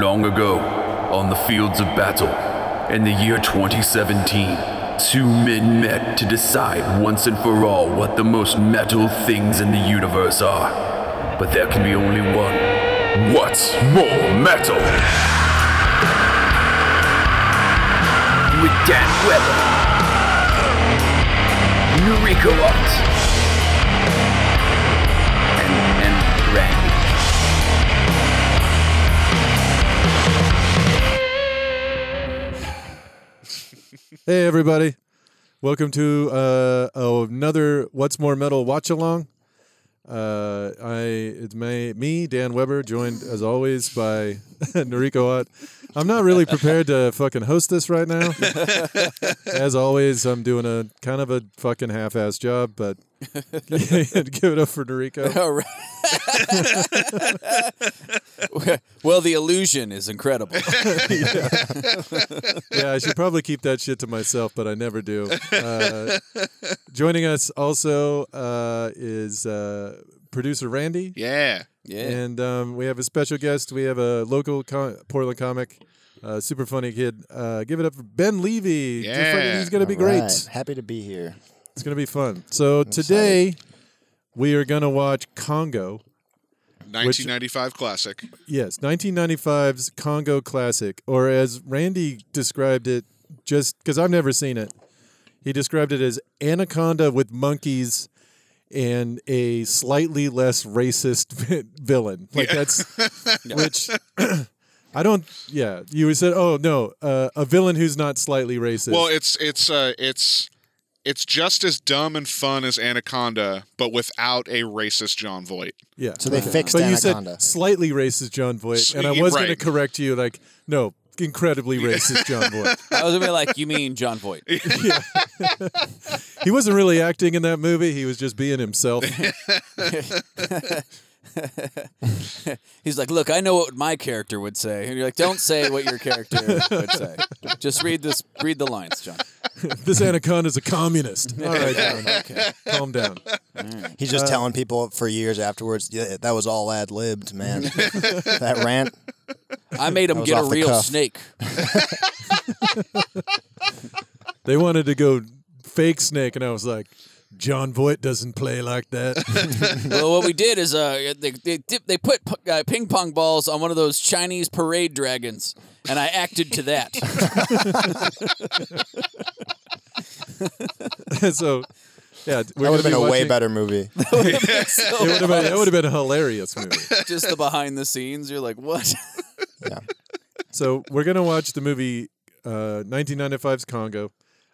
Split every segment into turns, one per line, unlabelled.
Long ago, on the fields of battle, in the year 2017, two men met to decide once and for all what the most metal things in the universe are. But there can be only one. What's more metal? With Dan Weber, Noriko Ott, and, and Randy.
Hey everybody, welcome to uh, another What's More Metal watch along. Uh, I it's my, me Dan Weber joined as always by Noriko Ott. I'm not really prepared to fucking host this right now. as always, I'm doing a kind of a fucking half-ass job, but give it up for Noriko.
All right. well, the illusion is incredible.
Yeah, I should probably keep that shit to myself, but I never do. Uh, joining us also uh, is uh, producer Randy.
Yeah.
Yeah.
And um, we have a special guest. We have a local com- Portland comic, uh, super funny kid. Uh, give it up for Ben Levy. Just fucking-
Yeah.
He's going to be
All
great.
right, Happy to be here.
It's going to be fun. So today we are going to watch Congo.
1995 classic.
Yes, 1995's Congo classic, or as Randy described it, just because I've never seen it, he described it as Anaconda with monkeys and a slightly less racist villain. Like that's, which I don't, yeah. You said, oh, no, uh, a villain who's not slightly racist.
Well, it's it's uh it's it's just as dumb and fun as Anaconda, but without a racist John Voight.
yeah.
So they fixed
But you
Anaconda.
said slightly racist John Voight, and I
Yeah,
was going to
right.
correct you, like, no, incredibly racist John Voight.
I was gonna be like, you mean John Voight?
He wasn't really acting in that movie. He was just being himself.
He's like, look, I know what my character would say, and you're like, don't say what your character would say. Just read this, read the lines, John.
this anaconda's a communist. All right, John. Calm down.
He's
Uh,
just telling people for years afterwards, yeah, that was all ad libbed, man. that rant.
I made him
was
get a
off the
real
cuff.
snake.
They wanted to go fake snake, and I was like, John Voight doesn't play like that.
well, what we did is uh, they they, dip, they put p- uh, ping pong balls on one of those Chinese parade dragons, and I acted to that.
so, yeah,
That would have been a way
watching,
better movie.
So
It would have been, that would have been a hilarious movie.
just the behind the scenes. You're like, what?
So we're gonna watch the movie uh, 1995's Congo,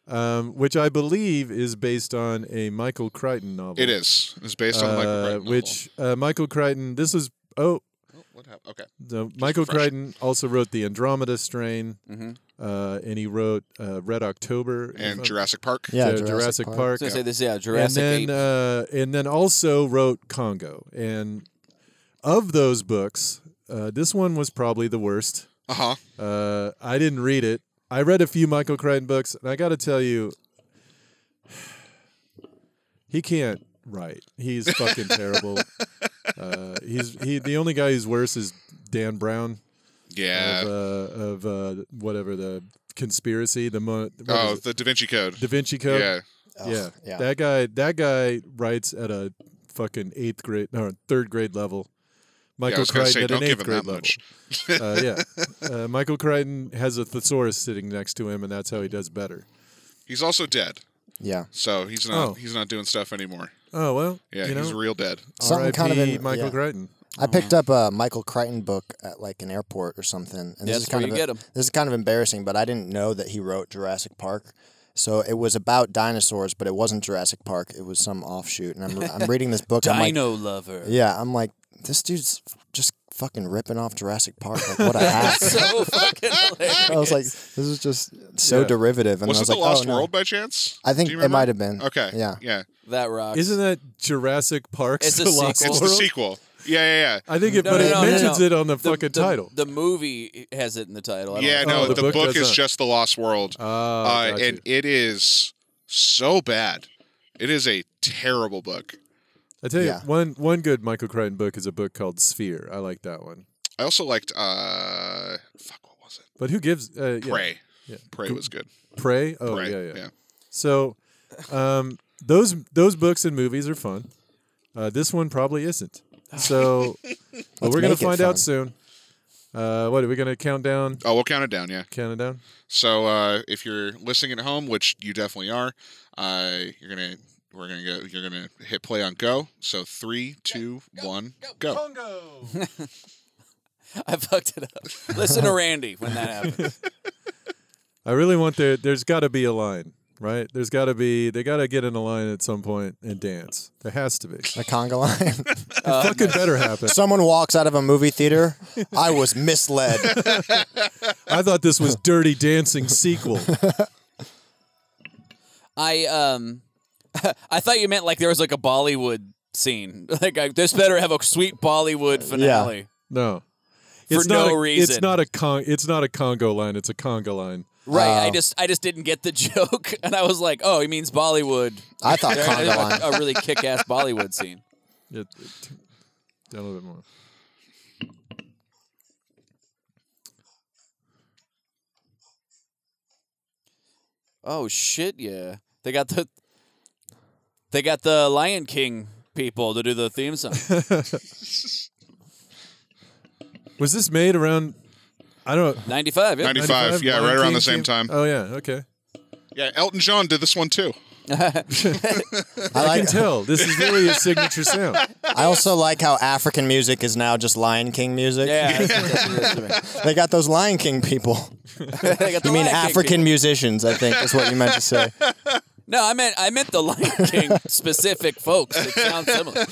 um, which I believe is based on a Michael Crichton novel.
It is. It's based on the Michael
uh,
Crichton novel.
which uh, Michael Crichton. This was oh
Oh, what happened? Okay.
No, Michael
refresh.
Crichton also wrote the Andromeda Strain, uh, and he wrote uh, Red October if
And
I'm-
Jurassic Park.
Yeah,
uh,
Jurassic, Park.
I was gonna say this, yeah,
and
Jurassic.
then
Ape.
uh, and then also wrote Congo. And of those books, uh, this one was probably the worst.
Uh huh.
Uh, I didn't read it. I read a few Michael Crichton books, and I got to tell you, he can't write. He's fucking terrible. Uh, he's he. The only guy who's worse is Dan Brown
Yeah.
of, uh, of uh, whatever the conspiracy, the mo- what is
oh,
it?
the Da Vinci Code.
Da Vinci Code.
Yeah.
Ugh,
yeah,
yeah.
That guy, that guy writes at a fucking eighth grade or third grade level.
yeah. I
Michael
was gonna
Crichton
say,
at
don't
an eighth
give him
grade
that
level.
much.
Uh, yeah, uh, Michael Crichton has a thesaurus sitting next to him, and that's how he does better.
He's also dead,
Yeah.
so he's not
Oh.
he's not doing stuff anymore.
Oh well,
Yeah,
you know,
he's real dead.
Something kind of
R.I.P.
in-
Michael Oh.
yeah.
Crichton.
I picked up a Michael Crichton book at like an airport or something. And
That's
this is kind
where you
of
get 'em.
This is kind of embarrassing, but I didn't know that he wrote Jurassic Park. So it was about dinosaurs, but it wasn't Jurassic Park. It was some offshoot. And I'm, I'm reading this book. I'm like,
Dino lover.
yeah, I'm like, this dude's just fucking ripping off Jurassic Park. Like, what a hack.
So fucking hilarious.
I was like, this is just so
Yeah.
derivative. And
Was
I
it
was
the
like,
Lost
oh, no.
World by chance?
I think
Do you
it
remember?
might have been.
Okay.
Yeah.
Yeah.
that rocks.
Isn't that Jurassic Park's
It's a
The Lost
sequel.
It's the
World?
sequel. Yeah, yeah, yeah.
I think it,
No,
but
no,
it
no, no,
mentions
no.
it on the, fucking title.
The movie has it in the title. I don't
Yeah,
know.
no,
Oh, the
the,
book
book,
does
is
not.
just The Lost World.
Oh,
uh,
gotcha.
and it is so bad. It is a terrible book.
I tell you,
Yeah.
one one good Michael Crichton book is a book called Sphere. I like that one.
I also liked uh fuck what was it?
But who gives? Uh, yeah.
Prey.
Yeah.
Prey was good.
Prey. Oh
Prey.
yeah, yeah, So, um, those those books and movies are fun. Uh, this one probably isn't. So, but we're gonna
make it
find
fun.
out soon. Uh, what are we gonna count down?
Oh, we'll count it down, yeah.
Count it down.
So uh if you're listening at home, which you definitely are, uh you're gonna we're gonna go you're gonna hit play on go. So three, two, one, go.
I fucked it up. Listen to Randy when that happens.
I really want there. There's got to be a line, right? There's got to be. They got to get in a line at some point and dance. There has to be. It
A conga line.
fucking better happen.
Someone walks out of a movie theater. I was misled.
I thought this was Dirty Dancing sequel.
I um, I thought you meant like there was like a Bollywood scene. Like I, this better have a sweet Bollywood finale.
No,
For
not
no
a,
reason.
It's not a con. It's not a Congo line. It's a conga line.
Right. I
Oh.
just I just didn't get the joke, and I was like, oh, he means Bollywood.
I thought
There-
conga
there's
line.
a, a really kick-ass Bollywood scene.
It, it, down a little bit more.
Oh shit, yeah. They got the they got the Lion King people to do the theme song.
Was this made around? I don't. know.
Ninety-five. Yeah.
95, yeah,
Lion
right around
King
the same
came-
time.
Oh yeah. Okay.
Yeah, Elton John did this one too.
I
I
like.
can tell this is really his signature sound.
I also like how African music is now just Lion King music.
Yeah, that's- that's what it is to
They got those Lion King people.
me. They got the
You mean
Lion King
African
people.
musicians, I think, is what you meant to say.
No, I meant I meant the Lion King specific folks. It sounds similar.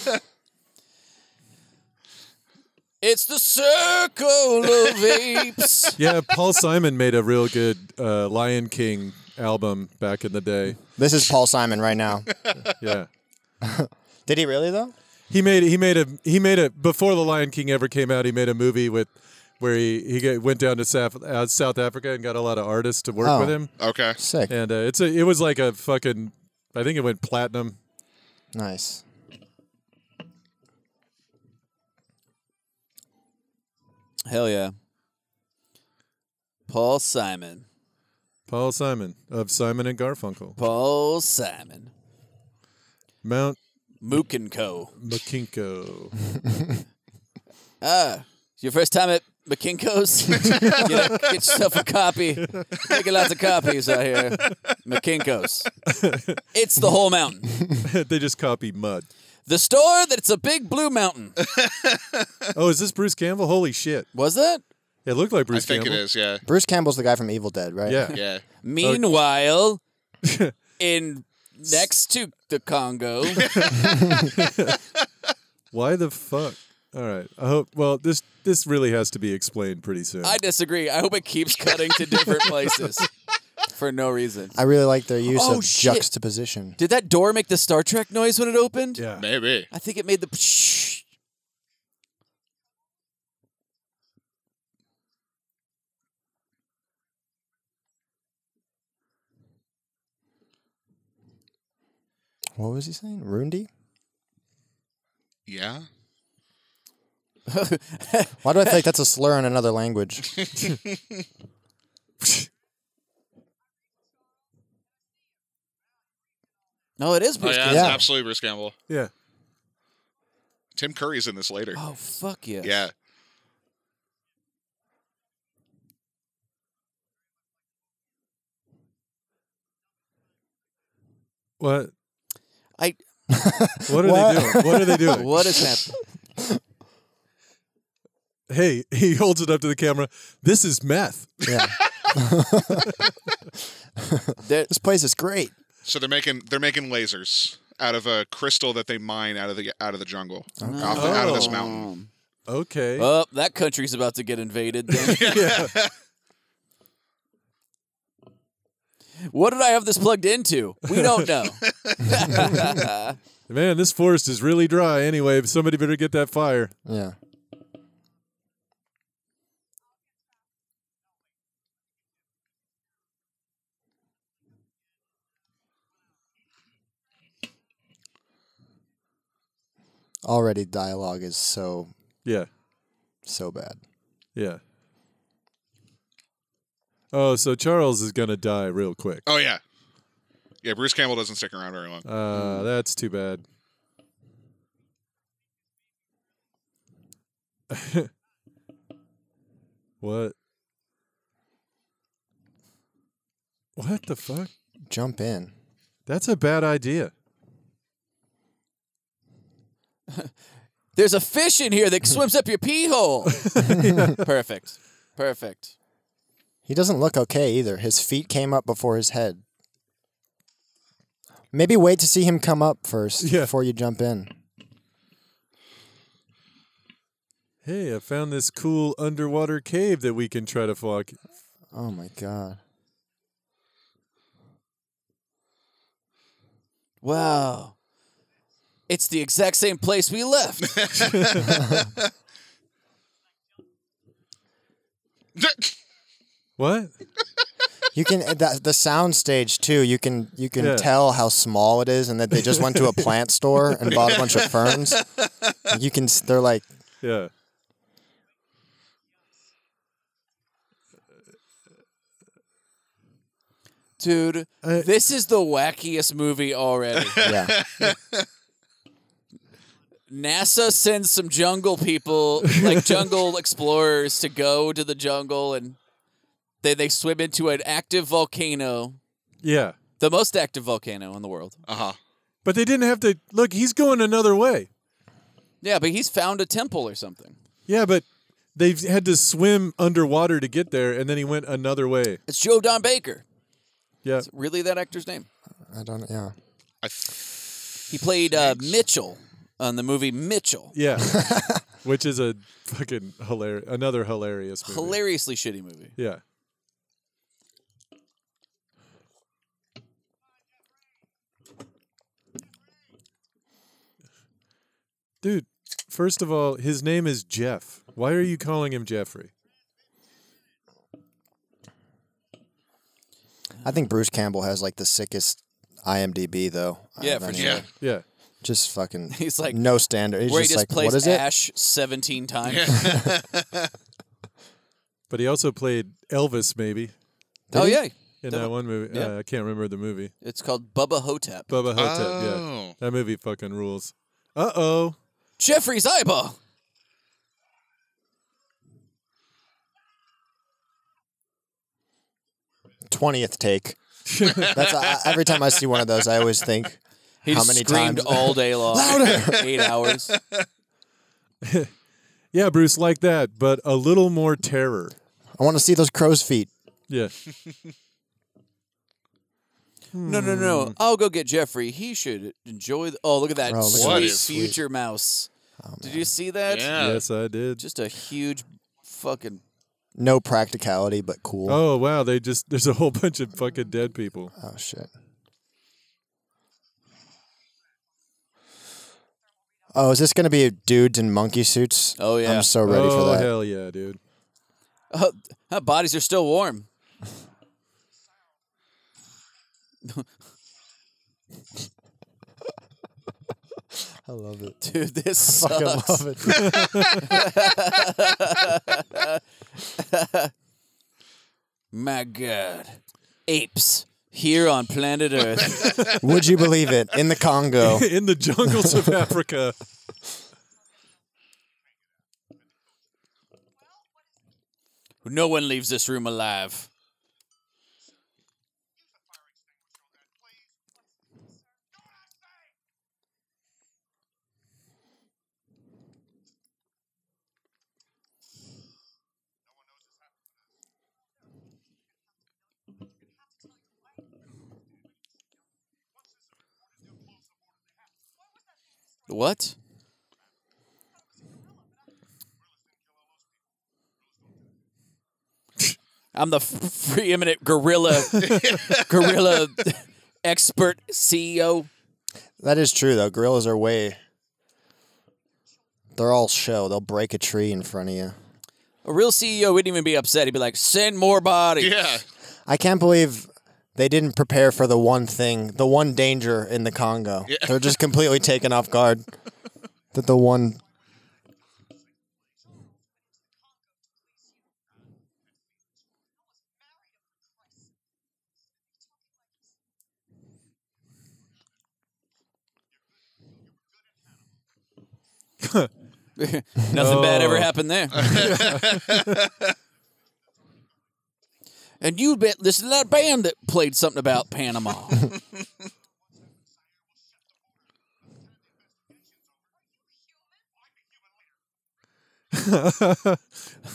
It's the circle of apes.
Yeah, Paul Simon made a real good uh, Lion King album back in the day.
This is Paul Simon right now.
Yeah.
Did he really, though?
He made he made a he made a before the Lion King ever came out. He made a movie with where he he ga- went down to South uh, South Africa and got a lot of artists to work
Oh.
with him.
Okay.
Sick.
And uh, it's a it was like a fucking I think it went platinum.
Nice.
Hell yeah. Paul Simon.
Paul Simon of Simon and Garfunkel,
Paul Simon.
Mount
Mook and Co.
Makinko.
Ah, it's your first time at McKinko's? You know, get yourself a copy. Making lots of copies out here. McKinko's. It's the whole mountain.
they just copy mud.
The store that's a big blue mountain.
Oh, is this Bruce Campbell? Holy shit!
Was that?
It looked like
I
Bruce
think it
Campbell.
is, yeah.
Bruce Campbell's the guy from Evil Dead, right?
Yeah.
Yeah.
Meanwhile, in next to the Congo,
Why the fuck? All right. I hope. Well, this this really has to be explained pretty soon.
I disagree. I hope it keeps cutting to different places for no reason.
I really like their use
Oh,
of
shit.
juxtaposition.
Did that door make the Star Trek noise when it opened?
yeah.
Maybe.
I think it made the. Shh.
What was he saying? Rundi?
Yeah.
Why do I think that's a slur in another language?
No, it is
Oh,
Bruce.
yeah,
Campbell.
that's
Yeah.
absolutely Bruce Campbell.
Yeah.
Tim Curry's in this later.
Oh fuck yeah.
Yeah.
What?
I.
What are
What?
they doing? What are they doing?
What is happening?
Hey, he holds it up to the camera. This is meth.
Yeah.
There-
this place is great.
So they're making they're making lasers out of a crystal that they mine out of the out of the jungle, off the, out of this mountain.
Okay.
Oh, that country's about to get invaded. Then. What did I have this plugged into? We don't know.
Man, this forest is really dry anyway. Somebody better get that fire.
Yeah. Already dialogue is so
Yeah.
so bad.
Yeah. Oh, so Charles is gonna die real quick.
Oh yeah, yeah. Bruce Campbell doesn't stick around very long.
Uh, that's too bad. what? What the fuck?
Jump in.
That's a bad idea.
There's a fish in here that swims up your pee hole. Perfect. Perfect.
He doesn't look okay either. His feet came up before his head. Maybe wait to see him come up first
Yeah.
before you jump in.
Hey, I found this cool underwater cave that we can try to walk.
Oh my god.
Wow. It's the exact same place we left.
What?
You can the, the sound stage too. You can you can
Yeah.
tell how small it is, and that they just went to a plant store and bought a bunch of ferns. You can. s- They're like,
Yeah.
Dude,
I-
this is the wackiest movie already.
yeah,
NASA sends some jungle people, like jungle explorers, to go to the jungle and they, they swim into an active volcano,
Yeah.
the most active volcano in the world.
Uh huh.
But they didn't have to look, he's going another way.
Yeah, but he's found a temple or something.
Yeah, but they've had to swim underwater to get there and then he went another way.
It's Joe Don Baker.
Yeah.
Really, that actor's name?
I don't. Yeah,
I th-
He played uh, Mitchell on the movie Mitchell.
Yeah. Which is a fucking hilarious another hilarious movie.
Hilariously shitty movie.
Yeah. Dude, first of all, his name is Jeff. Why are you calling him Jeffrey?
I think Bruce Campbell has like the sickest IMDb though. out
Yeah,
of
for
anyone.
yeah.
Yeah.
Just fucking.
He's like-
no standard. He's
Where
just,
he just
like, what
plays
is it?
Ash 17 times.
But he also played Elvis, maybe,
oh, yeah.
in that one movie.
yeah.
Uh, I can't remember the movie.
It's called Bubba Hotep.
Bubba Hotep, yeah.
Oh.
That movie fucking rules. Uh oh.
Jeffrey's eyeball.
Twentieth take. That's I, every time I see one of those, I always think
He
How
just
many
screamed
times?
all day long. Louder. Eight hours.
Yeah, Bruce, like that, but a little more terror.
I want to see those crow's feet.
Yeah.
No, no, no. I'll go get Jeffrey. He should enjoy. The- oh, look at that
Bro, Hmm. look
sweet
at Oh,
that. Sweet.
future mouse. Did you see that?
yeah.
yes, I did.
Just a huge fucking.
No practicality, but cool.
Oh, wow. They just, there's a whole bunch of fucking dead people.
Oh shit. Oh, is this gonna be dudes in monkey suits?
Oh, yeah.
I'm so ready
oh,
for that.
hell yeah, dude.
Oh, uh, bodies are still warm.
I love it.
Dude, this
Fucking
sucks.
love it.
My God. Apes here on planet Earth.
Would you believe it? In the Congo.
in the jungles of Africa.
no one leaves this room alive. What? I'm the f- preeminent gorilla, gorilla expert E CEO.
That is true though. Gorillas are way they're all show. They'll break a tree in front of you.
A real CEO wouldn't even be upset. He'd be like, "Send more bodies."
Yeah.
I can't believe they didn't prepare for the one thing, the one danger in the Congo. They're just completely taken off guard. That the one
Nothing bad ever
Oh.
happened there. and you bet this is that band that played something about Panama.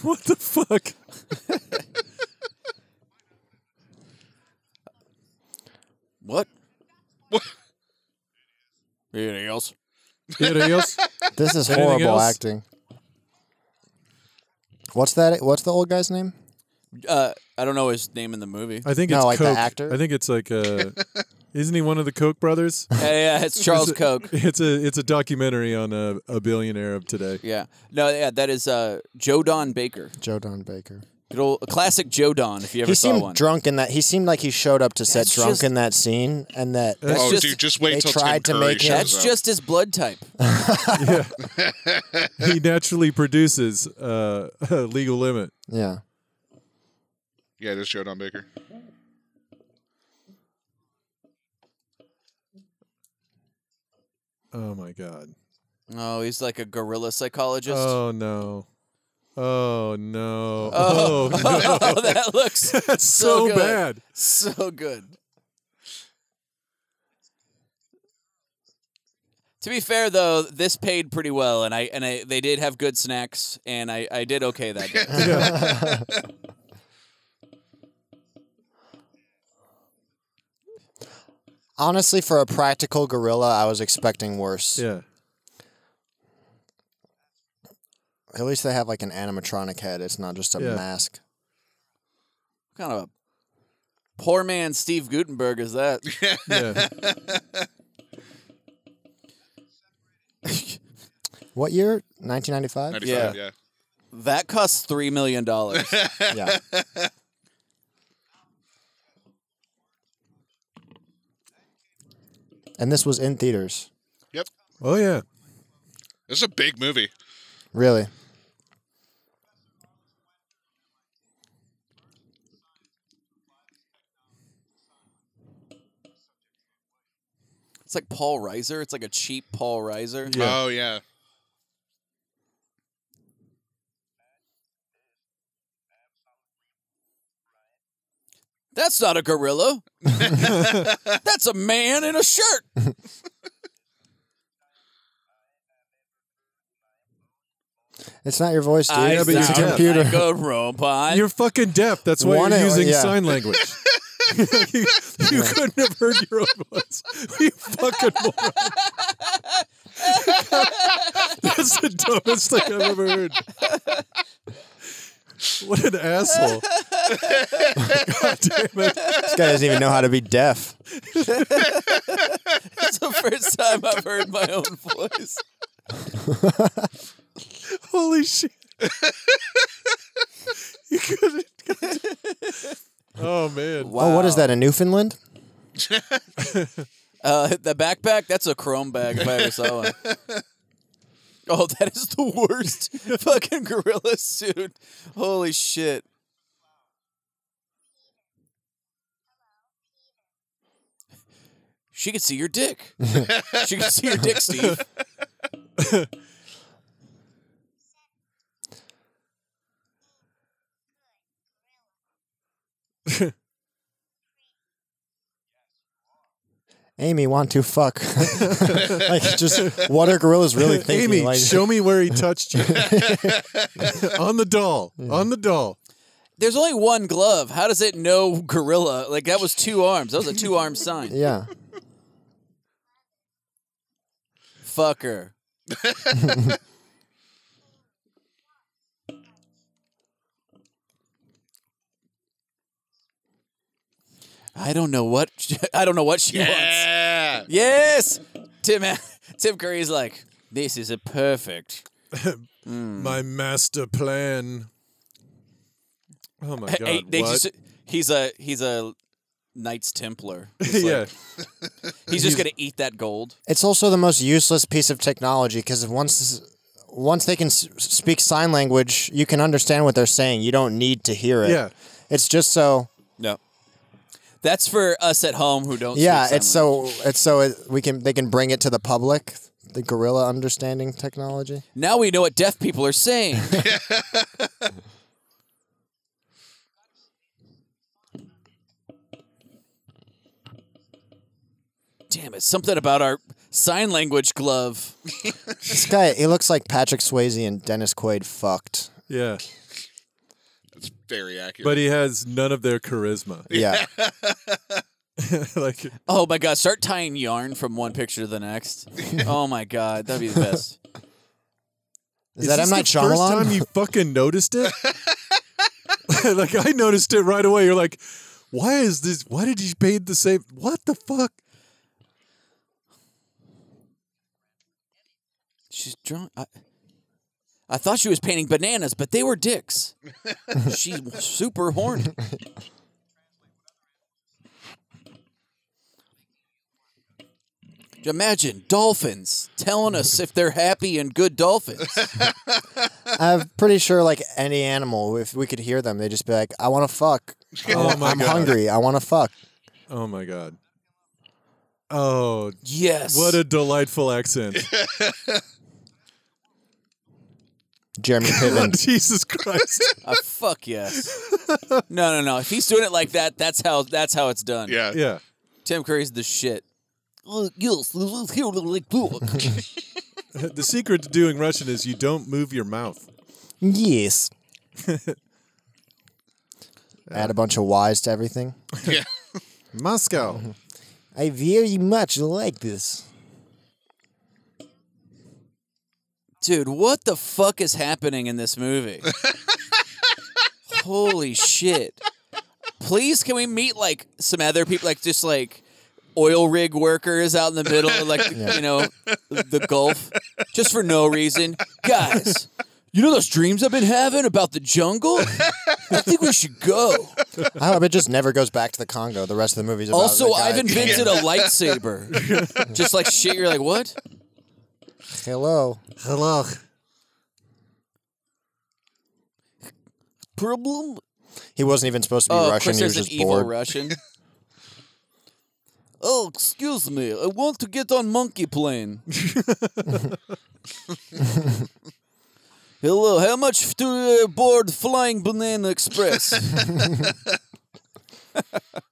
what the fuck?
what? Anything else?
It is.
This is
Anything
horrible
else?
acting. What's that? What's the old guy's name?
Uh, I don't know his name in the movie.
I think
No,
it's
like the
Koch.
actor?
I think it's like uh isn't he one of the Koch brothers?
Yeah, yeah, it's Charles
It's a-
Koch.
It's a it's a documentary on a, a billionaire of today.
Yeah, no, yeah, that is uh, Joe Don Baker.
Joe Don Baker.
Good old a classic Joe Don. If you ever
He
saw
seemed
one,
drunk in that. He seemed like he showed up to set
That's
drunk
just-
in that scene, and that
That's
oh,
just-
dude, just
they
wait till Tim
tried to
Curry
make it-
shows
that's
up.
just his blood type.
He naturally produces uh, legal limit.
yeah.
yeah, it is Joe Don Baker.
Oh my god.
Oh, he's like a gorilla psychologist.
Oh no. Oh no.
Oh.
Oh, no.
that looks
That's
so
so,
good.
bad.
so good. To be fair, though, this paid pretty well, and I and I they did have good snacks, and I I did okay that day.
Honestly, for a practical gorilla, I was expecting worse.
Yeah.
At least they have like an animatronic head. It's not just a
Yeah.
mask.
kind of a poor man Steve Gutenberg is that?
Yeah.
What year? 1995?
95,
Yeah.
yeah.
That costs three million dollars.
yeah. And this was in theaters.
Yep.
Oh yeah.
This is a big movie.
Really?
it's like Paul Reiser. It's like a cheap Paul Reiser.
Yeah.
Oh yeah.
That's not a gorilla. That's a man in a shirt.
It's not your voice, dude.
Yeah, but
it's
sound
a computer.
like a robot.
You're fucking deaf. That's why
One
you're
hour-
using
yeah.
sign language. you, you couldn't have heard your own voice. You fucking moron. That's the dumbest thing I've ever heard. What an asshole. God damn it.
this guy doesn't even know how to be deaf.
That's the first time I've heard my own voice.
Holy shit. you couldn't. Oh, man.
Wow.
Oh, what is that? A Newfoundland?
Uh, the backpack? That's a chrome bag if I ever saw one. Oh, that is the worst fucking gorilla suit. Holy shit. She can see your dick. she can see your dick, Steve.
Amy, want to fuck? like, just what are gorillas really thinking?
Amy,
like,
show me where he touched you. on the doll. On the doll.
There's only one glove. How does it know gorilla? Like, that was two arms. That was a two arm sign.
yeah.
Fucker. I don't know what I don't know what she wants.
Yeah.
Yes, Tim. Tim Curry's like, this is a perfect.
Hmm.
My master plan. Oh my god!
Hey, they
what?
just- he's a he's a Knights Templar. He's like-
yeah,
he's just gonna eat that gold.
It's also the most useless piece of technology because once once they can s- speak sign language, you can understand what they're saying. You don't need to hear it.
Yeah.
It's just so
No, that's for us at home who don't.
yeah.
speak sign
It's so it's so it, we can they can bring it to the public the gorilla understanding technology.
Now we know what deaf people are saying. Damn it! Something about our sign language glove.
This guy, he looks like Patrick Swayze and Dennis Quaid fucked.
Yeah.
That's very accurate.
But he has none of their charisma.
Yeah.
like
Oh my god! Start tying yarn from one picture to the next. Oh my god, that'd be the best.
Is, that M.
this
Night
the First time
Shyamalan?
you fucking noticed it? like I noticed it right away. You're like, why is this? Why did you paint the same? What the fuck?
She's drunk. I, I thought she was painting bananas, but they were dicks. She's super horny. Imagine dolphins telling us if they're happy and good dolphins.
I'm pretty sure, like any animal, if we could hear them, they'd just be like, "I want to fuck.
Oh my
I'm
god.
hungry. I want to fuck."
Oh my god. Oh,
Yes.
what a delightful accent!
Jeremy Piven.
Jesus Christ.
Uh, fuck yes. No, no, no. If he's doing it like that, that's how that's how it's done.
yeah.
Yeah.
Tim Curry's the shit. Look, yes, look, here, look, look, look.
The secret to doing Russian is you don't move your mouth.
yes. Add a bunch of Y's to everything.
Yeah.
Moscow.
I very much like this.
Dude, what the fuck is happening in this movie? Holy shit. Please, can we meet like some other people, like just like oil rig workers out in the middle of like, you know, the Gulf, just for no reason? Guys, you know those dreams I've been having about the jungle? I think we should go.
I hope it just never goes back to the Congo. The rest of the movie's about
Also,
the guy-
I've invented a lightsaber. just like shit, you're like, what?
Hello.
Hello.
Problem?
He wasn't even supposed to be
Oh,
Russian.
of course
He was
there's an
just
evil
bored.
Russian. oh, excuse me. I want to get on monkey plane. Hello, how much do you board Flying Banana Express?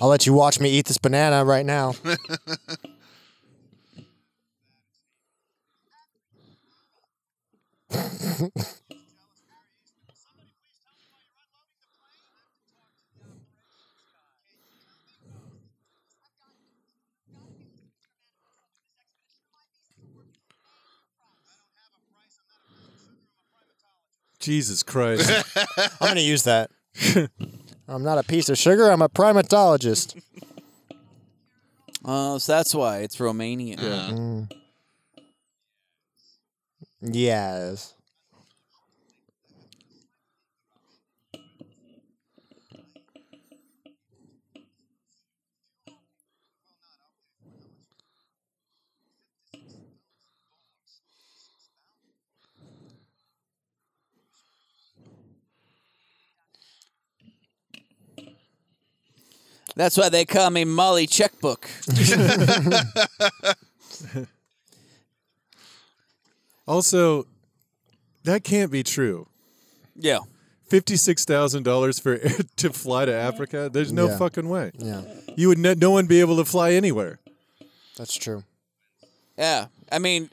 I'll let you watch me eat this banana right now.
Jesus Christ.
I'm gonna use that. I'm not a piece of sugar. I'm a primatologist.
Oh, so that's why it's Romanian.
Yes.
That's why they call me Molly Checkbook.
Also, that can't be true.
Yeah.
Fifty-six thousand dollars for air to fly to Africa. There's no
Yeah.
fucking way.
Yeah,
You would ne- no one be able to fly anywhere.
that's true.
Yeah. I mean,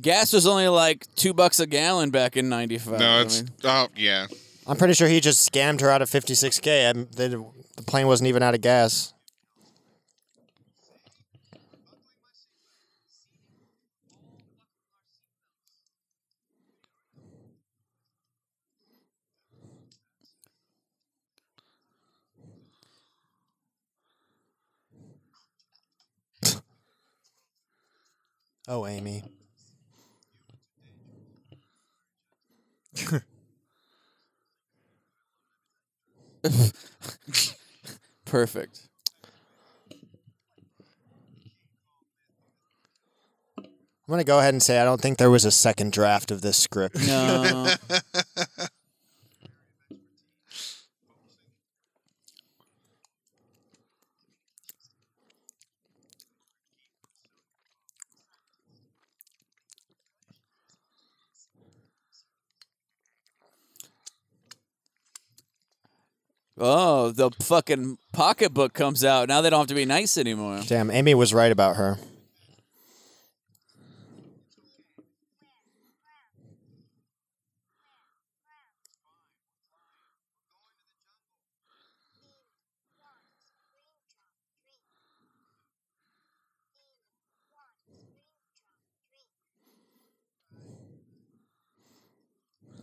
gas was only like two bucks a gallon back in 95.
No,
I
it's
mean-
oh yeah.
I'm pretty sure he just scammed her out of 56k. and they, the plane wasn't even out of gas. Oh, Amy.
Perfect.
I'm gonna go ahead and say I don't think there was a second draft of this script.
No. Oh, the fucking pocketbook comes out. Now they don't have to be nice anymore.
Damn, Amy was right about her.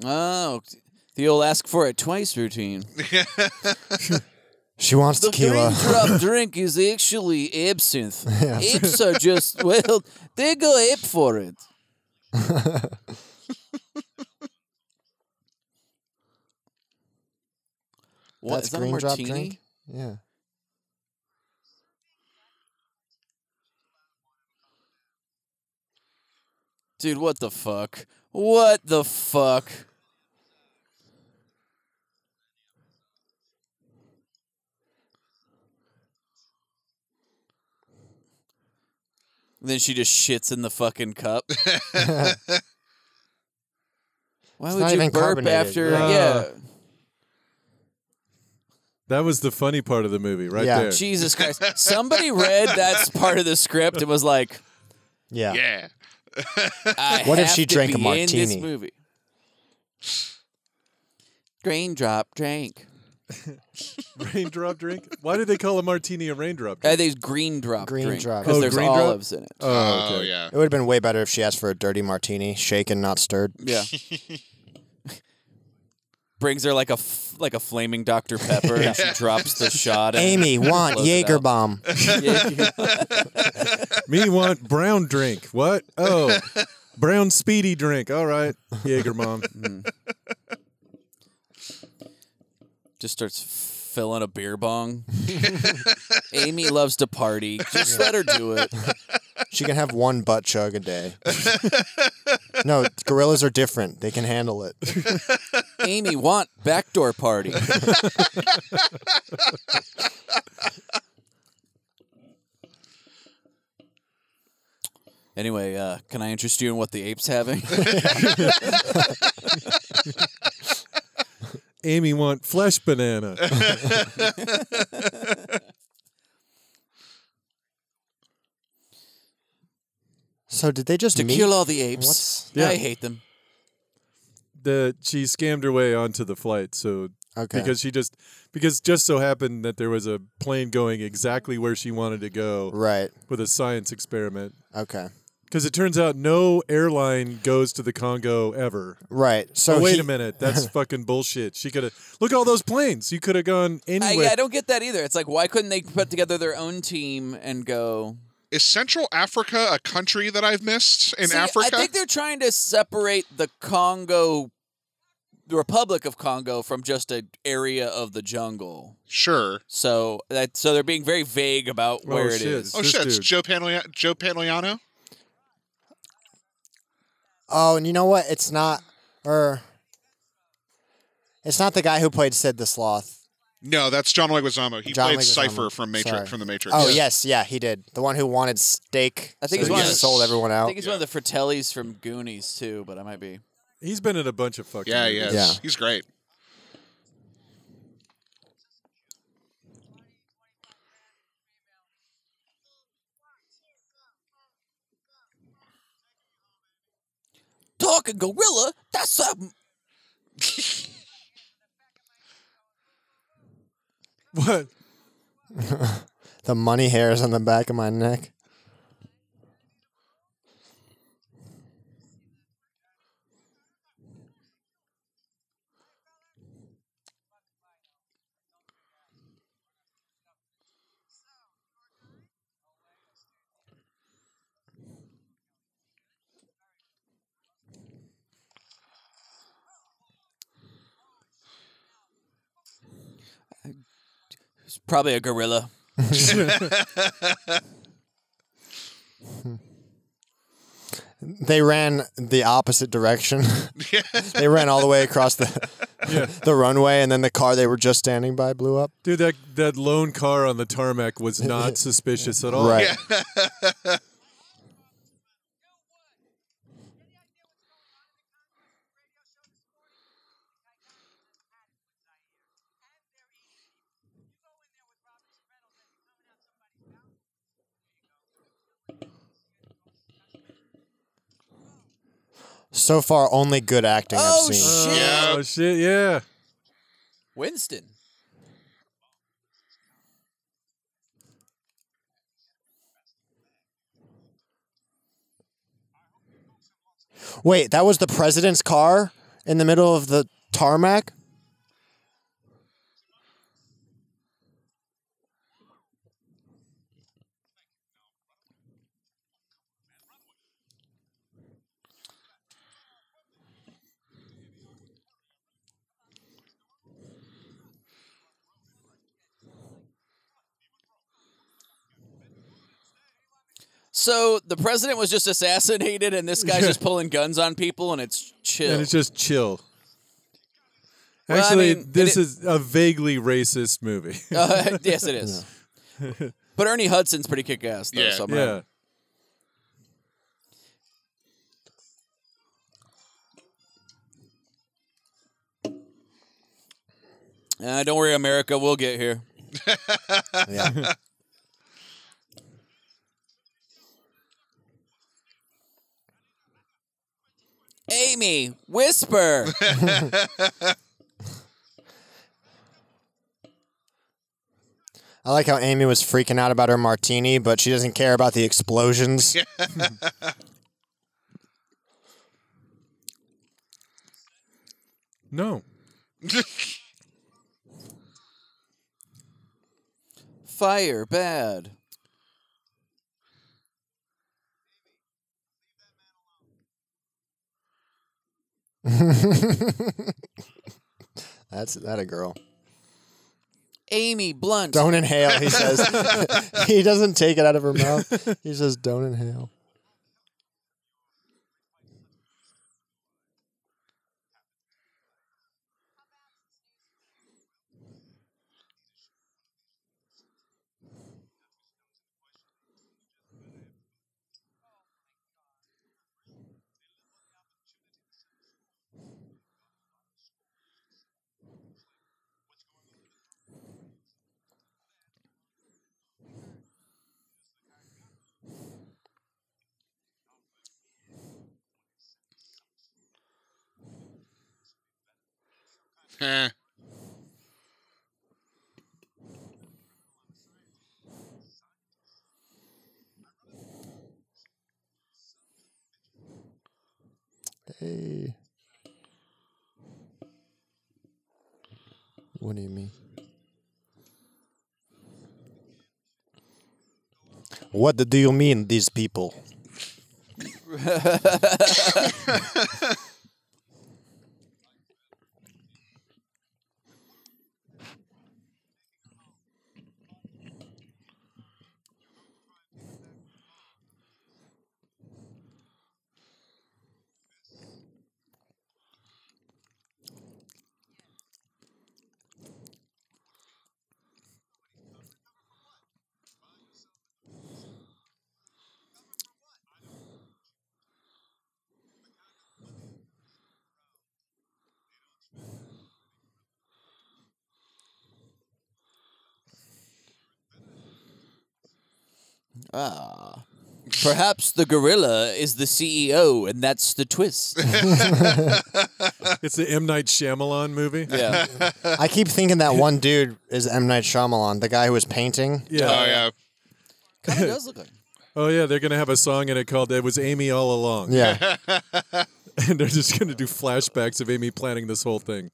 Oh, the old ask for it twice routine.
She wants
The
tequila.
green drop drink is actually absinthe. Ips are just, well, they go ip for it. What,
That's
is that a
green drop
martini?
drink. Yeah.
Dude, what the fuck? What the fuck? And then she just shits in the fucking cup. Why
It's
would
not
you
even
burp
carbonated,
after?
yeah.
yeah.
That was the funny part of the movie, right
Yeah.
there.
Jesus Christ. Somebody read that part of the script and was like,
Yeah.
yeah.
I
What if
have
she
to
drank a
be in this
martini?
movie. Raindrop drank.
raindrop drink. Why did they call a martini a raindrop?
Uh,
drink?
theese green drop
Green
drink,
drop.
because
Oh,
there's
green drop?
olives in it.
Oh, okay.
yeah.
It would have been way better if she asked for a dirty martini, shaken, not stirred.
Yeah. Brings her like a f- like a flaming Dr Pepper, and she drops the shot. and
Amy want
blows it out.
Jaeger bomb.
Yeah.
Me want brown drink. What? Oh, brown speedy drink. All right, Jaeger mom.
Just starts filling a beer bong. Amy loves to party. Just let her do it.
She can have one butt chug a day. no, gorillas are different. They can handle it.
Amy want backdoor party. anyway, uh, can I interest you in what the apes having?
Amy want flesh banana.
So did they just
to
meet?
kill all the apes.
What's-
Yeah.
I hate them.
the she scammed her way onto the flight. So
Okay.
because she just because just so happened that there was a plane going exactly where she wanted to go
Right.
with a science experiment.
Okay.
Because it turns out no airline goes to the Congo ever.
Right. So
Oh, wait
he-
a minute, that's fucking bullshit. She could have look at all those planes. You could have gone
I,
anywhere.
I don't get that either. It's like, why couldn't they put together their own team and go?
Is Central Africa a country that I've missed in
See,
Africa?
I think they're trying to separate the Congo, the Republic of Congo, from just an area of the jungle.
sure.
So that so they're being very vague about
Oh,
where it
shit.
is.
Oh
This
shit! It's
dude.
Joe Panlia- Joe Pantoliano.
Oh, and you know what? It's not or it's not the guy who played Sid the Sloth.
No, that's John Leguizamo. He
John
played
Leguizamo.
Cipher from Matrix.
Sorry.
From the Matrix.
Oh yes, yeah, he did. The one who wanted steak.
I think
so
he's one
he
of the-
sold everyone
I
out.
think he's one of the Fratellis from Goonies too, but I might be.
He's been in a bunch of fucking.
Yeah,
movies.
yes.
Yeah.
He's great.
Talking gorilla, that's a
What?
The money hairs on the back of my neck.
It's probably a gorilla.
They ran the opposite direction. they ran all the way across the the runway, and then the car they were just standing by blew up.
Dude, that, that lone car on the tarmac was not suspicious at all.
Right. So far, only good acting
Oh,
I've seen.
shit.
Oh, shit, yeah.
Winston.
Wait, that was the president's car in the middle of the tarmac?
So the president was just assassinated, and this guy's just pulling guns on people, and it's chill.
And it's just chill.
Well, I
Actually,
mean,
this
it-
is a vaguely racist movie.
Uh, yes, it is. but Ernie Hudson's pretty kick ass, though.
Yeah.
so I'm not-
yeah.
Uh, don't worry, America. We'll get here.
Yeah.
Amy, whisper.
I like how Amy was freaking out about her martini, but she doesn't care about the explosions.
No.
Fire bad.
That's that a girl.
Amy Blunt.
Don't inhale, he says. he doesn't take it out of her mouth. He says, "Don't inhale."
Eh.
Hey. What do you mean? What do you mean, these people?
Ah. Perhaps the gorilla is the CEO, and that's the twist.
It's the M. Night Shyamalan movie.
Yeah.
I keep thinking that one dude is M Night Shyamalan, the guy who was painting.
Yeah.
Oh yeah.
kind of does look like.
Oh, yeah. They're going to have a song in it called It Was Amy All Along.
Yeah,
And they're just going to do flashbacks of Amy planning this whole thing.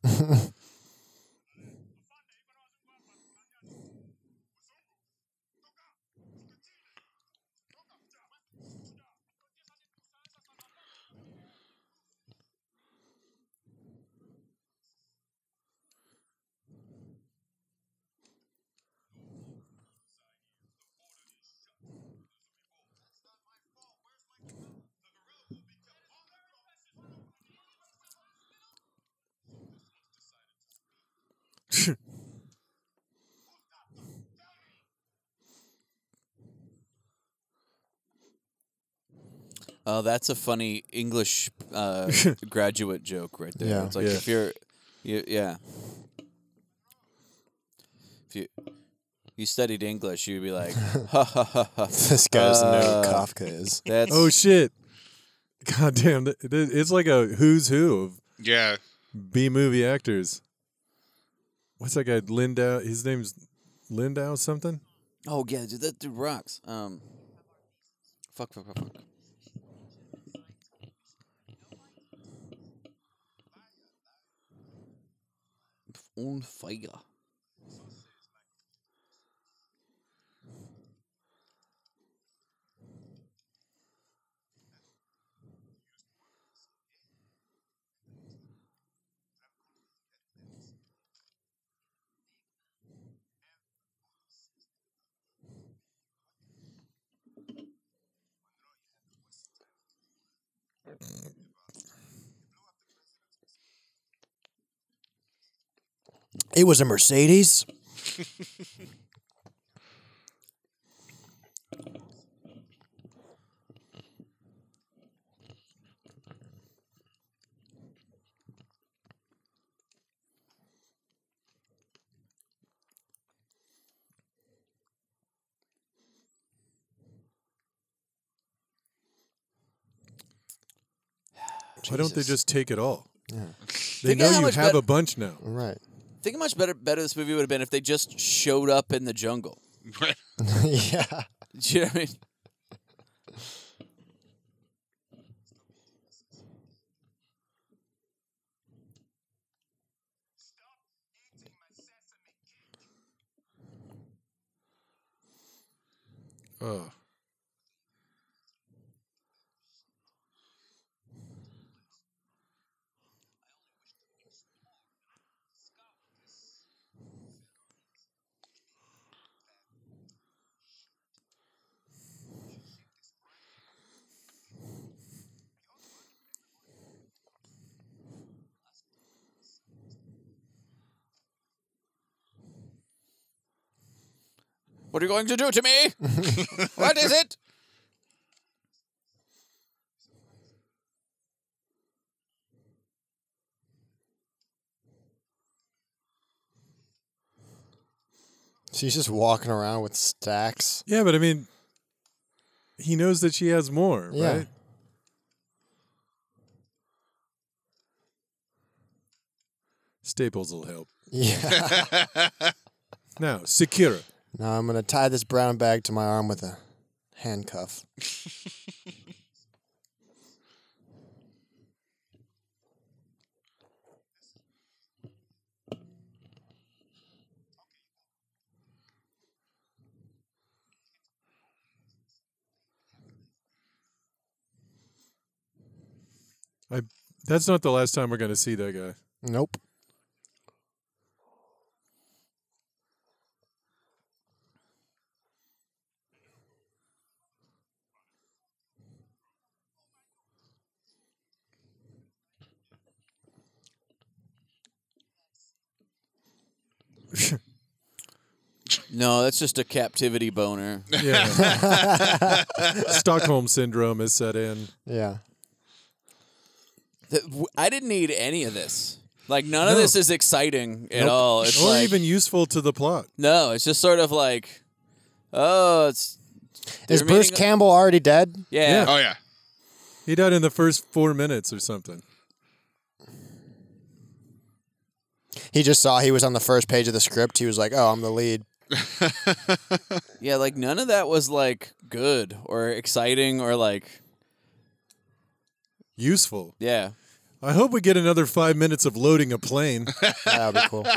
Oh, that's a funny English uh, graduate joke right there.
Yeah.
It's like
Yeah.
if you're, you, yeah. If you you studied English, you'd be like, ha ha ha ha.
This guy's doesn't know who
Uh,
Kafka is.
That's
Oh shit! God damn, th- th- it's like a who's who of
Yeah.
B movie actors. What's that guy Lindau? His name's Lindau something.
oh yeah, dude, that dude rocks. Um, fuck, fuck, fuck, fuck. On fire.
It was a Mercedes.
Why don't they
Jesus.
just take it all? They
Think of
know
how
you
much
have
better-
a bunch now.
Right.
Think how much better better this movie would have been if they just showed up in the jungle.
Right.
yeah.
Do you know what I mean?
Oh.
What are you going to do to me? what is it?
She's just walking around with stacks.
Yeah, but I mean, he knows that she has more,
Yeah.
right? Staples will help.
Yeah.
Now, Sekira.
now I'm gonna tie this brown bag to my arm with a handcuff.
I. That's not the last time we're going to see that guy.
Nope.
No, that's just a captivity boner.
Yeah. Stockholm syndrome has set in.
Yeah.
Th- w- I didn't need any of this. Like none of this is exciting at all. It's
or
like,
even useful to the plot.
no, it's just sort of like, oh, it's
Is
They're
Bruce
meeting-
Campbell already dead?
yeah.
Oh yeah.
He died in the first four minutes or something.
He just saw he was on the first page of the script. He was like, "Oh, I'm the lead."
Yeah, like none of that was like good or exciting or like
Useful.
yeah.
I hope we get another five minutes of loading a plane.
That would be cool.
Wait,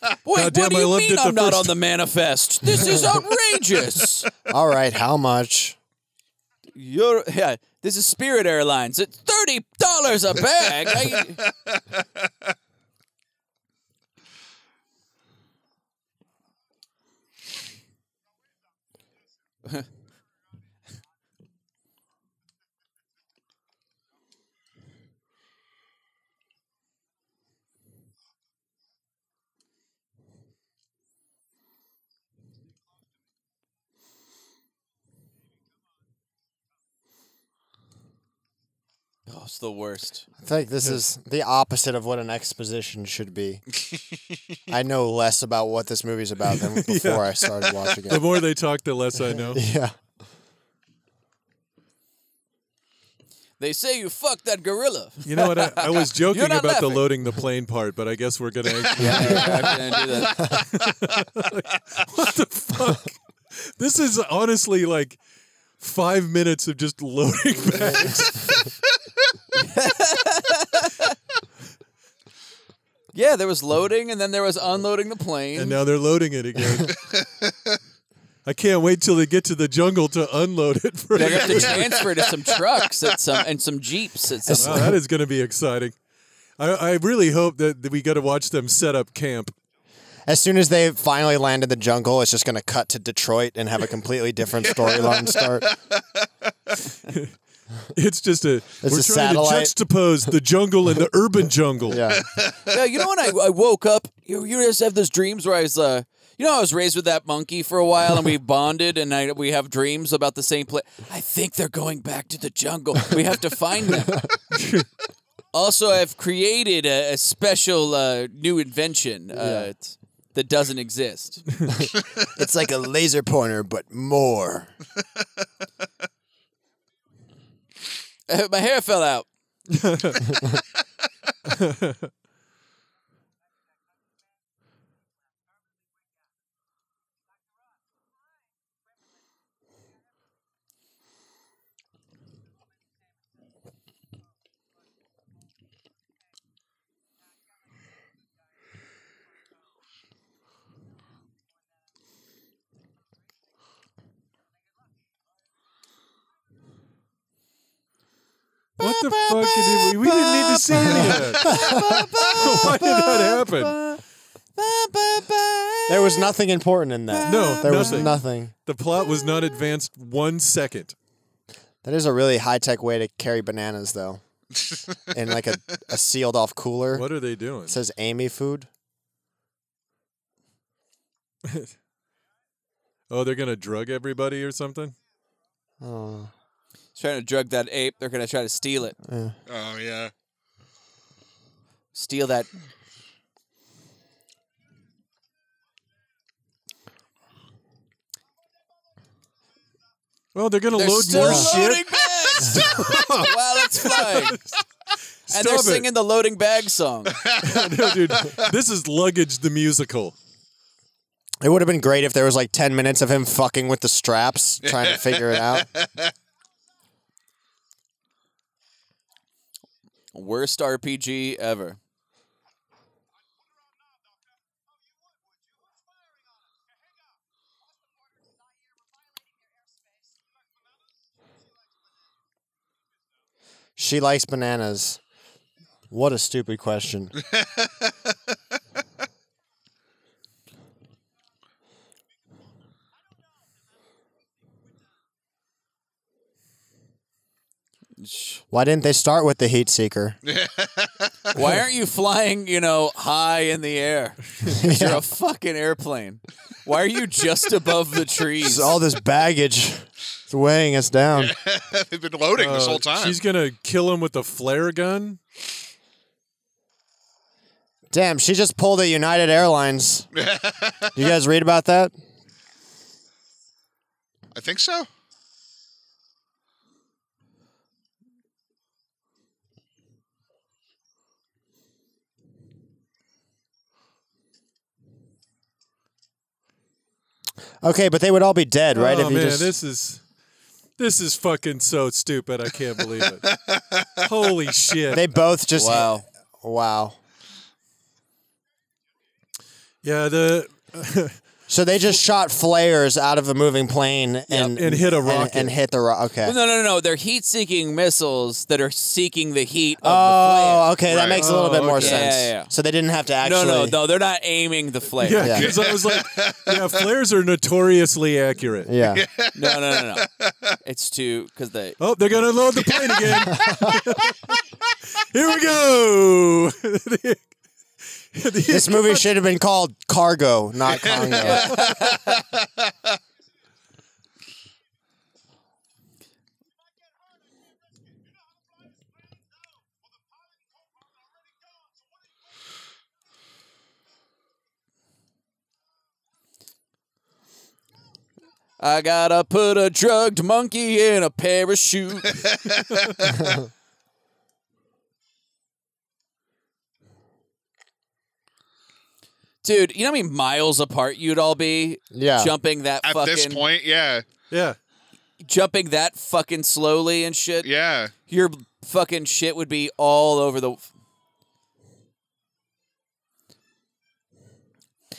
damn,
what do
I
you
loved
mean
it the
I'm not
first
on the manifest? This is outrageous.
All right, how much?
You're yeah. This is Spirit Airlines. It's thirty dollars a bag. I- Oh, it's the worst.
I think this is the opposite of what an exposition should be. I know less about what this movie's about than before I started watching
The
it.
more they talk, the less I know.
Yeah.
They say you fucked that gorilla.
You know what? I, I was joking
not
about the
laughing.
loading the plane part, but I guess we're gonna.
Yeah, I'm gonna do that.
what the fuck? This is honestly like five minutes of just loading bags.
Yeah, there was loading, and then there was unloading the plane.
and now they're loading it again. I can't wait till they get to the jungle to unload it. For
They're gonna have to transfer to some trucks at some and some jeeps at some.
wow, that is going to be exciting. I, I really hope that, that we got to watch them set up camp.
As soon as they finally land in the jungle, it's just going to cut to Detroit and have a completely different storyline start.
It's just a we're trying
a satellite.
to juxtapose the jungle and the urban jungle.
Yeah.
Yeah, you know when I, I woke up, you, you just have those dreams where I was, uh, you know, I was raised with that monkey for a while, and we bonded, and I, we have dreams about the same place. I think they're going back to the jungle. We have to find them. also, I've created a, a special uh, new invention uh, t- that doesn't exist.
It's like a laser pointer, but more.
Uh, My hair fell out.
What the fuck? Did we, we didn't need to see any of that. Why did that happen?
There was nothing important in that.
No,
There was
nothing.
nothing.
The plot was not advanced one second.
That is a really high tech way to carry bananas, though. In like a, a sealed off cooler.
What are they doing?
It says Amy food.
Oh, they're gonna drug everybody or something.
Oh.
Trying to drug that ape. They're gonna try to steal it.
Oh yeah.
Steal that.
Well, they're gonna
They're
load
still
more shit.
loading bags while it's flying. and they're
Stop it.
singing the loading bag song.
No, dude, this is luggage the musical.
It would have been great if there was like 10 minutes of him fucking with the straps, trying to figure it out.
Worst RPG ever.
She likes bananas. What a stupid question. Why didn't they start with the heat seeker?
Why aren't you flying, you know, high in the air? 'Cause You're a fucking airplane. Why are you just above the trees?
All this baggage is weighing us down.
They've been loading this
Uh,
whole time.
She's gonna kill him with a flare gun.
Damn, she just pulled a United Airlines. you guys read about that?
I think so.
Okay, but they would all be dead, right?
Oh
you
man,
just-
this is this is fucking so stupid. I can't believe it. Holy shit!
they both just
wow.
wow.
yeah, the
So they just shot flares out of a moving plane and
And hit a
and-
rocket.
and, hit the rocket. Okay.
No, no, no, no. They're heat seeking missiles that are seeking the heat of
Oh,
the
okay, that
Right.
makes a
Oh,
little bit more
okay.
sense.
Yeah, yeah, yeah.
So they didn't have to
flare.
actually.
no, no, no. They're not aiming the flare.
yeah,
Yeah.
because I was like, yeah, flares are notoriously accurate.
Yeah,
No, no, no, no. It's too, because the
Oh, they're gonna load the plane again. Here we go.
this movie should have been called Cargo, not Congo.
I gotta put a drugged monkey in a parachute. Dude, you know how many miles apart you'd all be
Yeah.
jumping that
At
fucking
this point, yeah,
Yeah.
jumping that fucking slowly and shit.
yeah.
Your fucking shit would be all over the.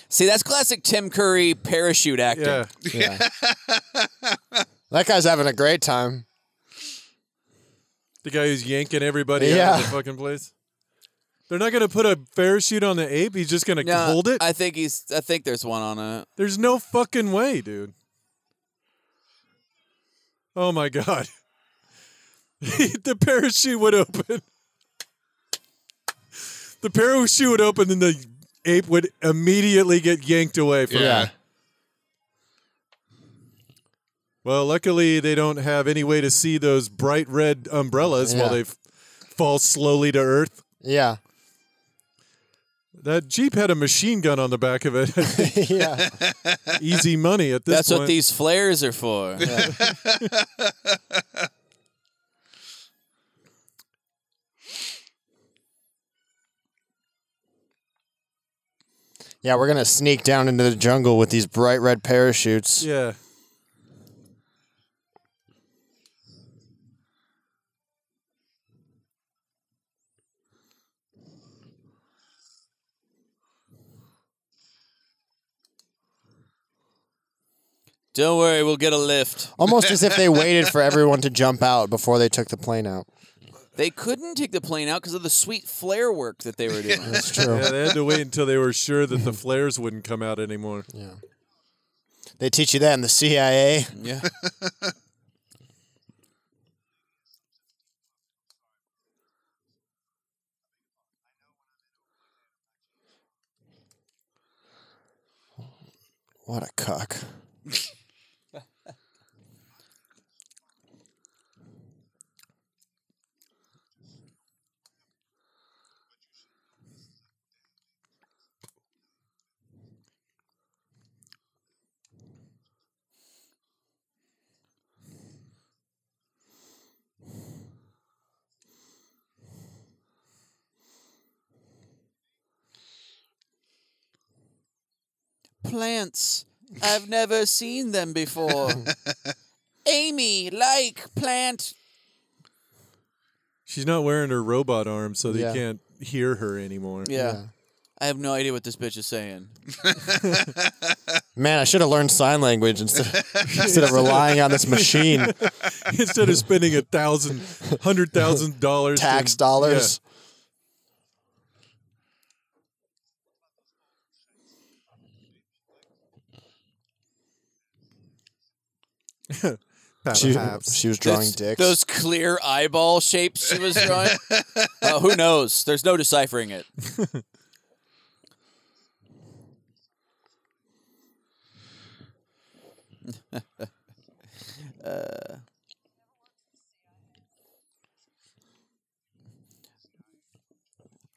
See, that's classic Tim Curry parachute acting.
Yeah.
Yeah. that guy's having a great time.
The guy who's yanking everybody out of
Yeah.
the fucking place. They're not going to put a parachute on the ape. He's just going to
No,
hold it.
I think he's. I think there's one on it.
There's no fucking way, dude. Oh my god. the parachute would open. The parachute would open and the ape would immediately get yanked away from
Yeah.
it. Well, luckily they don't have any way to see those bright red umbrellas while
Yeah.
they f- fall slowly to earth.
Yeah.
That Jeep had a machine gun on the back of it.
yeah.
Easy money at this
that's
point.
what these flares are for.
Yeah, we're going to sneak down into the jungle with these bright red parachutes.
Yeah.
Don't worry, we'll get a lift.
Almost as if they waited for everyone to jump out before they took the plane out.
They couldn't take the plane out because of the sweet flare work that they were doing.
That's true.
Yeah, they had to wait until they were sure that the flares wouldn't come out anymore.
They teach you that in the CIA.
yeah.
What a cock.
Plants. I've never seen them before. Amy, like plant.
She's not wearing her robot arm, so they
Yeah.
can't hear her anymore.
Yeah. I have no idea what this bitch is saying.
Man, I should have learned sign language instead instead of relying on this machine.
Instead of spending a thousand, hundred thousand dollars, in-
Tax dollars.
Yeah.
She,
Perhaps.
she was drawing
Those-
dicks.
Those clear eyeball shapes she was drawing. Uh, who knows? There's no deciphering it. Uh,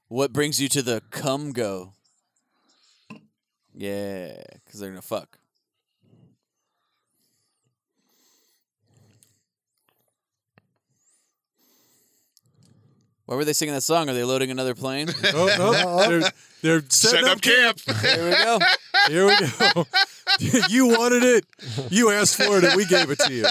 what brings you to the come go? Yeah, because they're gonna fuck. Why were they singing that song? Are they loading another plane?
Oh, oh, they're, they're
Set
setting
up
up.
camp.
Here we go.
Here we go. you wanted it. You asked for it, and we gave it to you.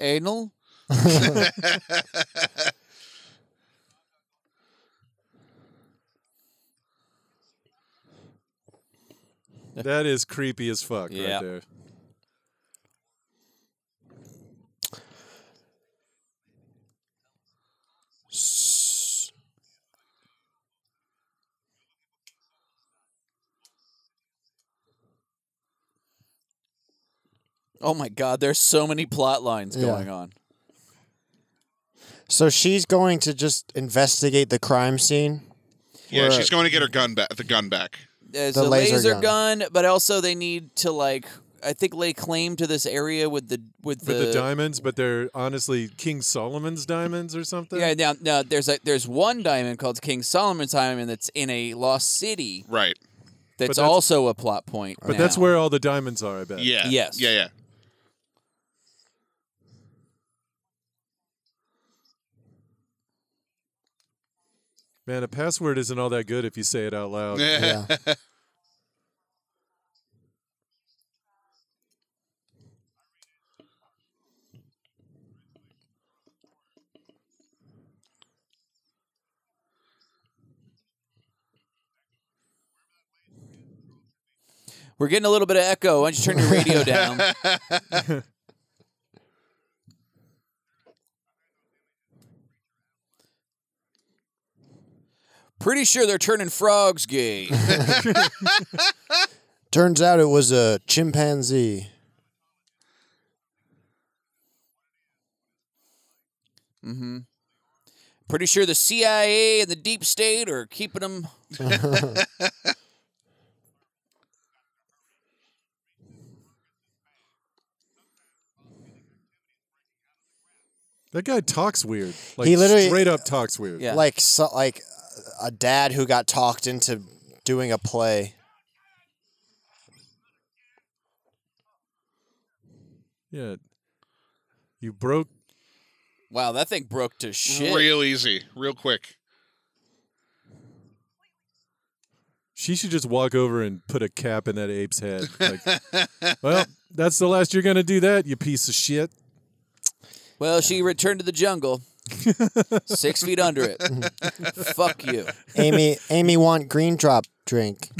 Anal?
That is creepy as fuck,
Yeah.
right there.
Oh my God, there's so many plot lines
Yeah.
going on.
So she's going to just investigate the crime scene.
Yeah,
Where-
she's going to get her gun back. The gun back.
There's
The
a
laser
Uh, laser, gun. but also they need to like I think lay claim to this area with the with the,
For the diamonds, but they're honestly King Solomon's diamonds or something.
Yeah, now, now there's a there's one diamond called King Solomon's diamond that's in a lost city
Right.
that's,
that's-
also a plot point.
but that's
now.
where all the diamonds are. I bet.
Yeah.
Yes.
Yeah, yeah.
Man, a password isn't all that good if you say it out loud.
Yeah.
we're getting a little bit of echo. Why don't you turn your radio down? Pretty sure they're turning frogs gay.
Turns out it was a chimpanzee.
Pretty sure the CIA and the deep state are keeping them.
That guy talks weird. Like
He literally-
straight up talks weird.
Yeah.
Like so, like a dad who got talked into doing a play.
Yeah. You broke.
Wow, that thing broke to shit.
Real easy, real quick.
She should just walk over and put a cap in that ape's head. Like, well, that's the last you're gonna do that, you piece of shit.
Well, she returned to the jungle, six feet under it. Fuck you.
Amy, Amy want green drop drink.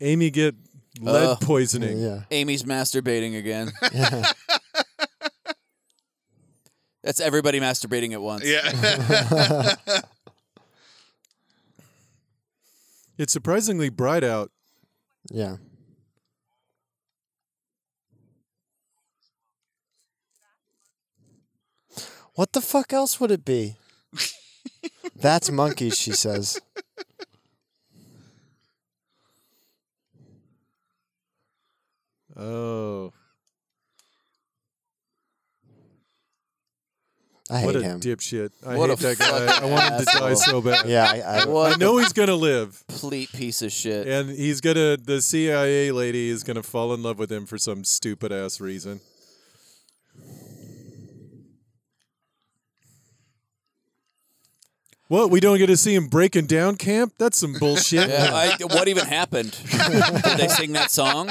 Amy get lead
Uh,
poisoning.
Yeah.
Amy's masturbating again. That's everybody masturbating at once.
Yeah.
It's surprisingly bright out.
Yeah. What the fuck else would it be? That's monkeys, she says.
Oh,
I hate
what a
him.
dipshit! I
What
hate
a
that guy. I
fucking
want him to die so
asshole.
bad.
yeah, I, I,
What
I know he's gonna live,
a complete piece of shit.
and he's gonna. The CIA lady is gonna fall in love with him for some stupid ass reason. What? We don't get to see him breaking down camp? That's some bullshit.
Yeah, I, what even happened? Did they sing that song?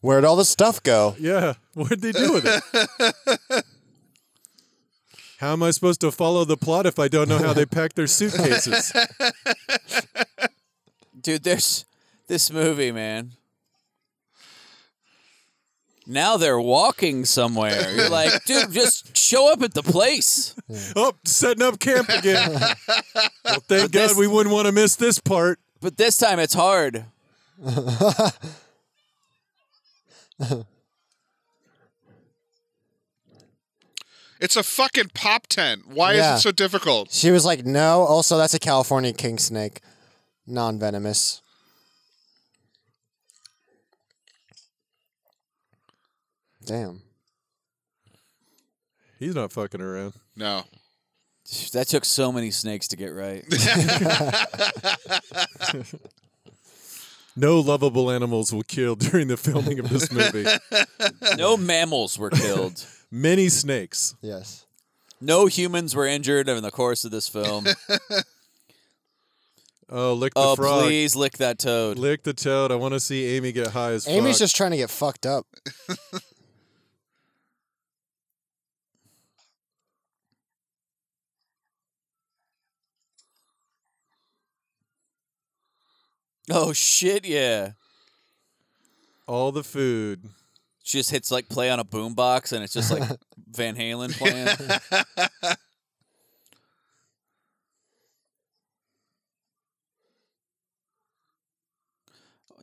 where'd all the stuff go?
Yeah. What'd they do with it? How am I supposed to follow the plot if I don't know how they pack their suitcases?
Dude, there's this movie, man. Now they're walking somewhere. You're like, dude, just show up at the place.
oh, setting up camp again. Well, thank God
this-
we wouldn't want to miss this part.
But this time it's hard.
it's a fucking pop tent. Why
Yeah.
is it so difficult?
She was like, no. Also, that's a California king snake, non venomous. Damn.
He's not fucking around.
No.
That took so many snakes to get right.
No lovable animals were killed during the filming of this movie.
No mammals were killed.
Many snakes.
Yes.
No humans were injured in the course of this film.
Oh, lick the
Oh,
frog.
please lick that toad.
Lick the toad. I want to see Amy get high as
Amy's
fuck.
just trying to get fucked up.
Oh shit, yeah.
all the food.
She just hits like play on a boombox, and it's just like Van Halen playing.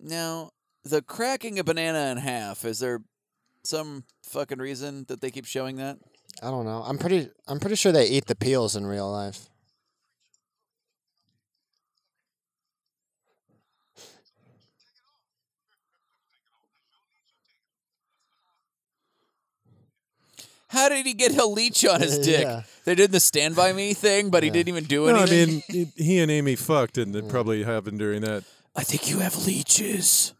now the cracking a banana in half. Is there some fucking reason that they keep showing that?
I don't know. I'm pretty. I'm pretty sure they eat the peels in real life.
How did he get a leech on his dick?
Uh, Yeah.
They did the Stand By Me thing, but he didn't even do
No, I
anything.
mean, he- he and Amy fucked, and it probably happened during that.
I think you have leeches.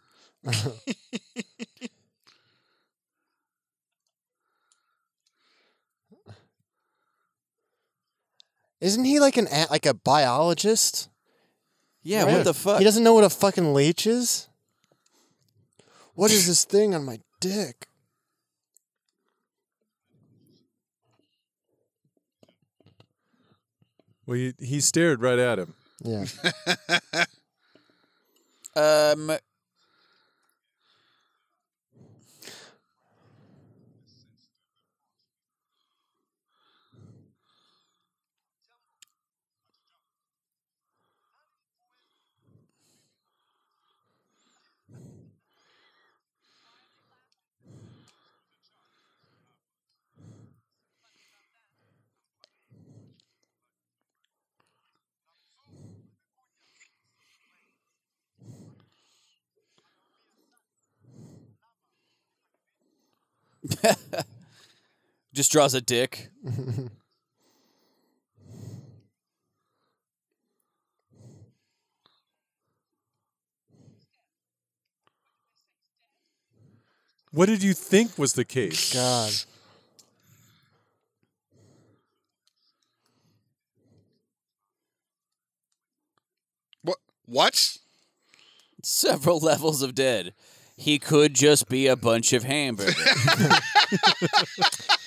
Isn't he like an a- like a biologist?
Yeah,
Right?
what the fuck?
He doesn't know what a fucking leech is. What is this thing on my dick?
Well, he, he stared right at him.
Yeah.
Um, just draws a dick.
What did you think was the case?
God.
What? What?
Several levels of dead. He could just be a bunch of hamburgers.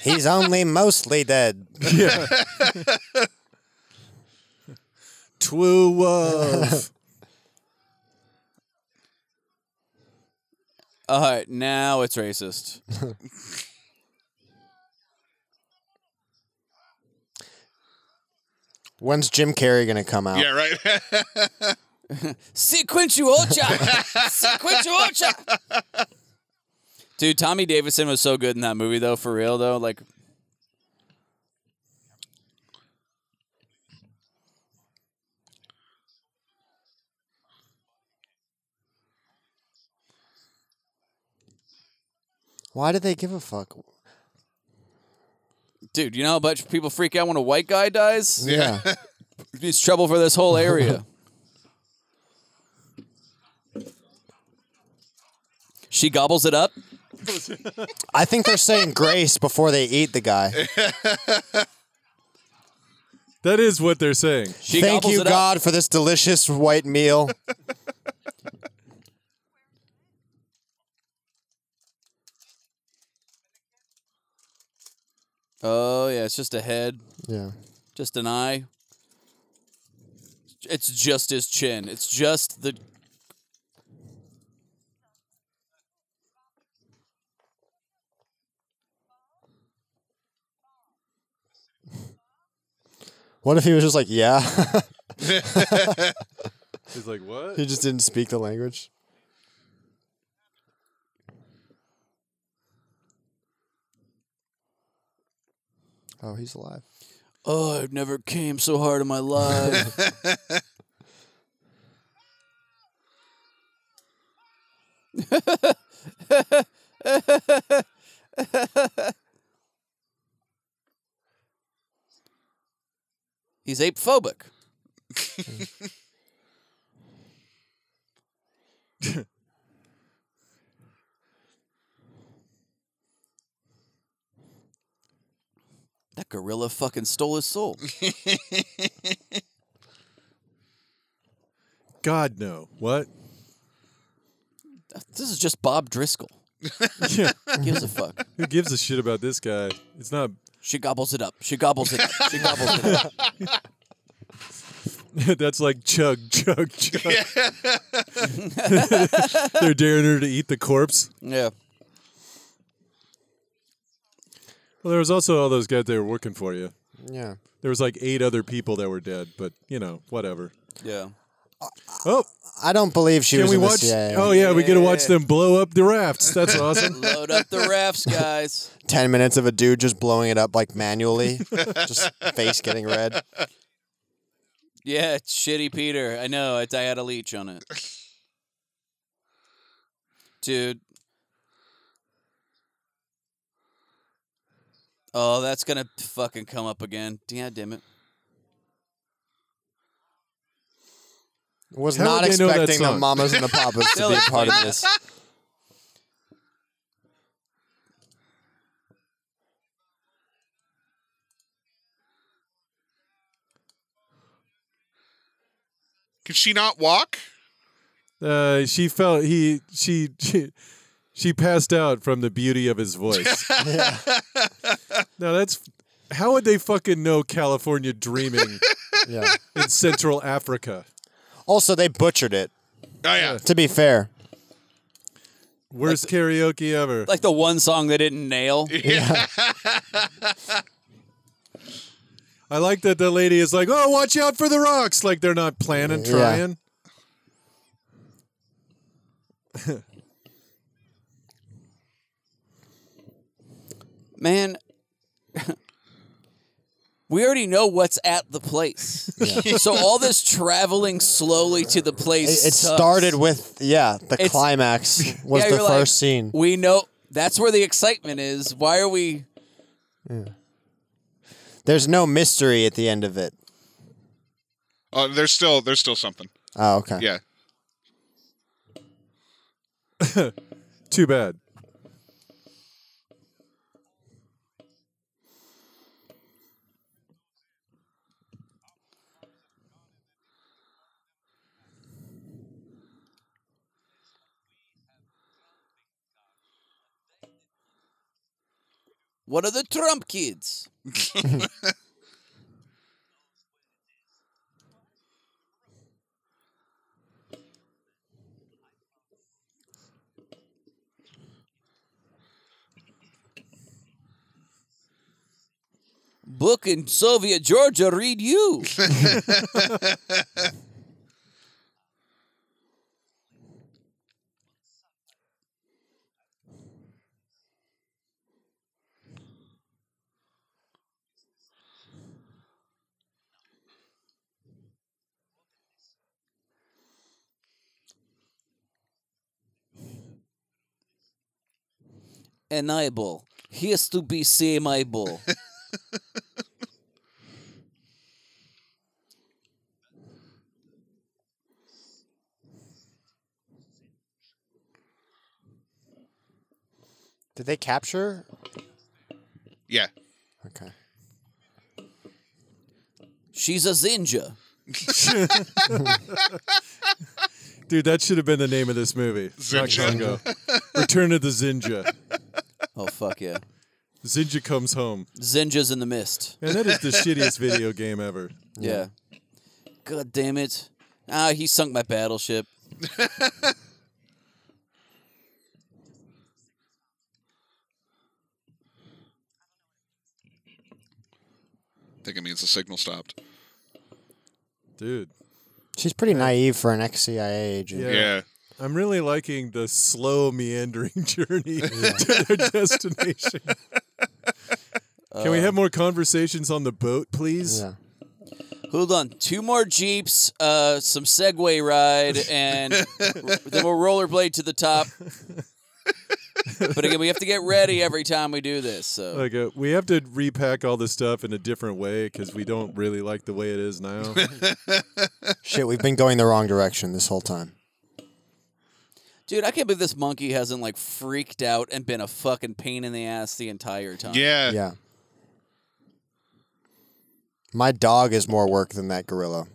He's only mostly dead.
Twelve.
All right, now it's racist.
When's Jim Carrey gonna come out?
Yeah, right.
Sequentia ocha. Sequentia ocha. Dude, Tommy Davidson was so good in that movie, though. For real, though, like
Why did they give a fuck?
Dude, you know how much people freak out when a white guy dies?
Yeah.
It's trouble for this whole area. she gobbles it up.
I think they're saying grace before they eat the guy.
that is what they're saying.
She
Thank
gobbles
you,
it up.
God, for this delicious white meal.
Oh yeah, it's just a head,
yeah.
just an eye. It's just his chin. It's just the.
What if he was just like, yeah?
He's like, what?
he just didn't speak the language. Oh, he's alive.
Oh, I've never came so hard in my life. He's apephobic. That gorilla fucking stole his soul.
God no. What?
This is just Bob Driscoll.
Yeah.
Who Gives a fuck.
Who gives a shit about this guy? It's not.
She gobbles it up. She gobbles it up. She gobbles it up.
That's like chug, chug, chug. They're daring her to eat the corpse.
Yeah.
Well, there was also all those guys that were working for you.
Yeah.
There was like eight other people that were dead, but you know, whatever.
Yeah.
Oh,
I don't believe she
can
was
we
in the
watch?
CIA.
Oh yeah, we get to watch
Yeah.
them blow up the rafts. That's awesome.
Load up the rafts, guys.
Ten minutes of a dude just blowing it up like manually, just face getting red.
Yeah, it's shitty Peter. I know. I, I had a leech on it. Dude. Oh, that's going to fucking come up again. God damn it.
Was
How
not
would they know that
expecting the
song?
mamas and the papas to be a part of this.
Can she not walk?
Uh, she felt he she, she she passed out from the beauty of his voice. Now that's how would they fucking know California dreaming
Yeah.
in Central Africa?
Also, they butchered it.
Oh yeah.
To be fair,
Worst karaoke ever.
Like the one song they didn't nail.
I like that the lady is like, "Oh, watch out for the rocks!" Like they're not planning,
Yeah.
trying.
Man, we already know what's at the place. so all this traveling slowly to the
it,
place.
it
sucks.
started with yeah. The
It's-
climax was
Yeah,
the
you're
first
like,
scene.
We know that's where the excitement is. Why are we?
There's no mystery at the end of it.
Oh, there's still there's still something.
Oh, okay.
Yeah.
Too bad.
What are the Trump kids? Book in Soviet Georgia, read you. An eyeball. Here's to be same eyeball.
Did they capture?
Yeah.
Okay.
She's a Zinja.
Dude, that should have been the name of this movie. Not
Zinja.
Congo. Return of the Zinja.
Oh fuck yeah.
Zinja comes home.
Zinja's in the mist.
And that is the shittiest video game ever.
Yeah. God damn it. Ah, he sunk my battleship.
I think it means the signal stopped.
Dude,
She's pretty naive for an ex CIA agent.
Yeah.
Yeah.
I'm really liking the slow meandering journey to their destination. Can we have more conversations on the boat, please?
Yeah.
Hold on. Two more jeeps, uh, some Segway ride, and then we'll rollerblade to the top. But again, we have to get ready every time we do this. So
Like, uh, we have to repack all this stuff in a different way because we don't really like the way it is now.
Shit, we've been going the wrong direction this whole time.
dude, I can't believe this monkey hasn't like freaked out and been a fucking pain in the ass the entire time.
Yeah.
Yeah. My dog is more work than that gorilla.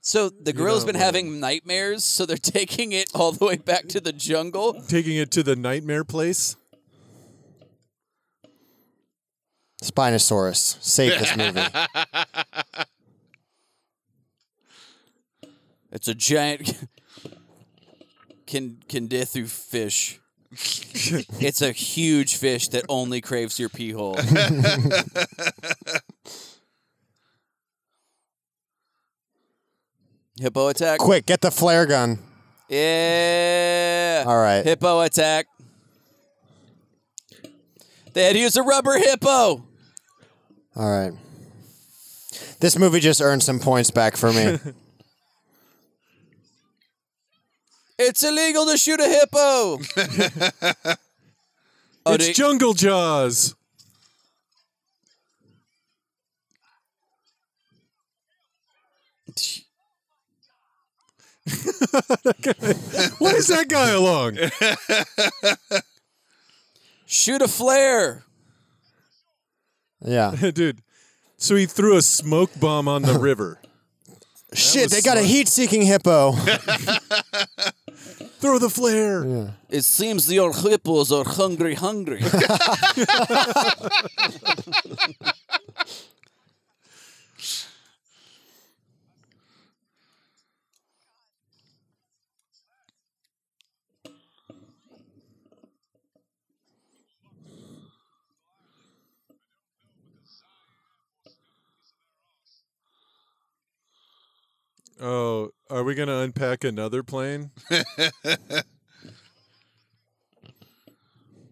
So the gorilla's
not
been having nightmares, so they're taking it all the way back to the jungle.
Taking it to the nightmare place.
Spinosaurus saved this movie.
It's a giant can candithu fish. it's a huge fish that only craves your pee hole. Hippo attack.
Quick, get the flare gun.
Yeah.
All right.
Hippo attack. They had to use a rubber hippo.
All right. This movie just earned some points back for me.
It's illegal to shoot a hippo. oh,
it's
did,
Jungle Jaws. What is that guy along?
shoot a flare.
yeah.
Dude. So he threw a smoke bomb on the river.
Shit,
was
they got a
smart.
heat-seeking hippo.
Throw the flare.
It seems the old hippos are hungry, hungry.
Oh, are we going to unpack another plane?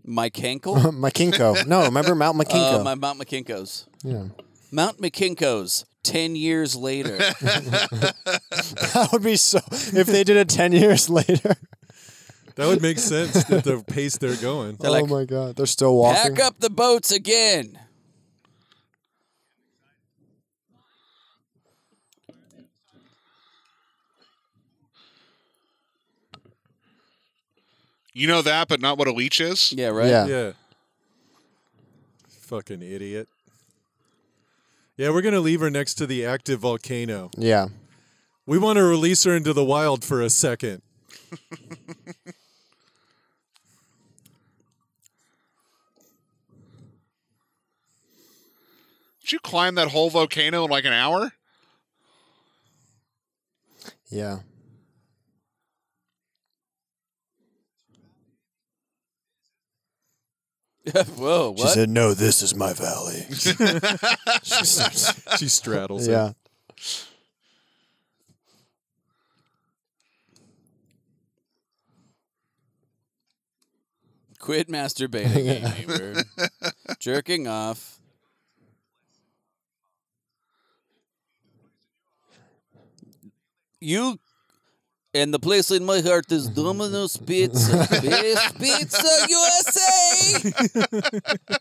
Mike Henkel?
Um, Makinko. No, remember Mount
Oh,
Makinko?
Uh, my Mount McKinkos.
yeah.
Mount McKinkos. Ten years later.
That would be so. If they did it ten years later,
That would make sense at the pace they're going.
oh
like,
my god, they're still
Pack
walking.
up the boats again.
You know that, but not what a leech is.
Yeah, right?
Yeah.
Yeah. Fucking idiot. Yeah, we're going to leave her next to the active volcano.
Yeah,
We want to release her into the wild for a second.
Did you climb that whole volcano in like an hour?
yeah.
Whoa, what?
"No, this is my valley." She starts-
She straddles it.
yeah,
Quit masturbating, hey, neighbor. Jerking off. You and the place in my heart is Domino's Pizza. Best pizza USA!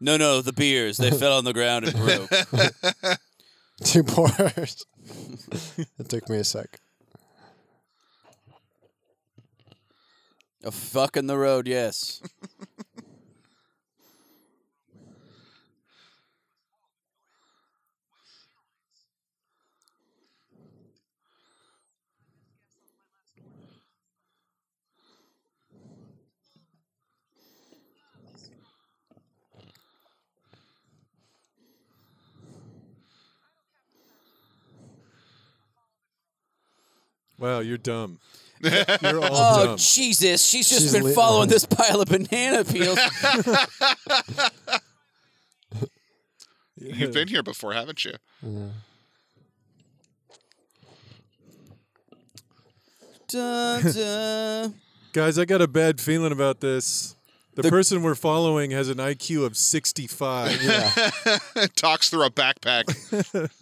no, no, the beers. They fell on the ground and broke.
two pours. it took me a sec.
A fuck in the road, yes.
Wow, you're dumb. You're all
Oh
dumb.
Jesus! She's just
She's
been
lit-
following this pile of banana peels.
You've been here before, haven't you?
Dun, dun.
Guys, I got a bad feeling about this. The, person we're following has an IQ of 65.
Talks through a backpack.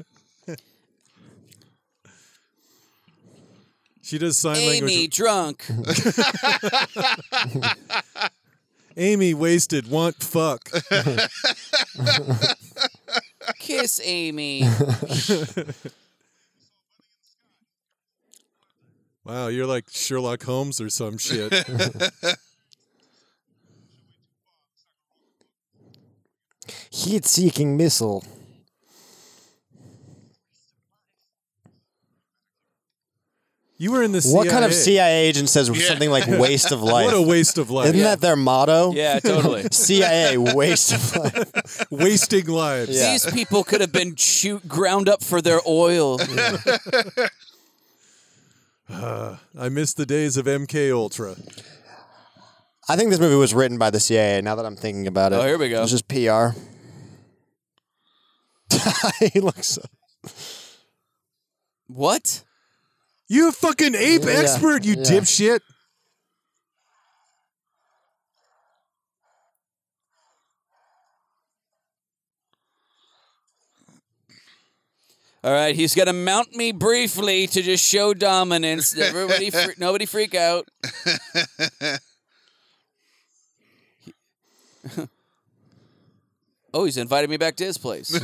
She does sign
Amy
language.
drunk.
Amy wasted want fuck.
Kiss Amy.
Wow, you're like Sherlock Holmes or some shit.
Heat-seeking missile.
You were in the
What kind of
CIA?
CIA agent says something like "waste of life"?
What a waste of life.
Isn't that their motto?
Yeah, totally.
CIA waste of life.
Wasting lives.
Yeah.
These people could have been shoot, ground up for their oil.
I miss the days of MK Ultra.
I think this movie was written by the CIA. Now that I'm thinking about it,
Oh, here we go.
It's just PR. he looks.
What?
You fucking ape
Yeah,
expert, you
yeah.
dipshit.
All right, he's gonna mount me briefly to just show dominance. Everybody, fre- nobody freak out. oh, he's invited me back to his place.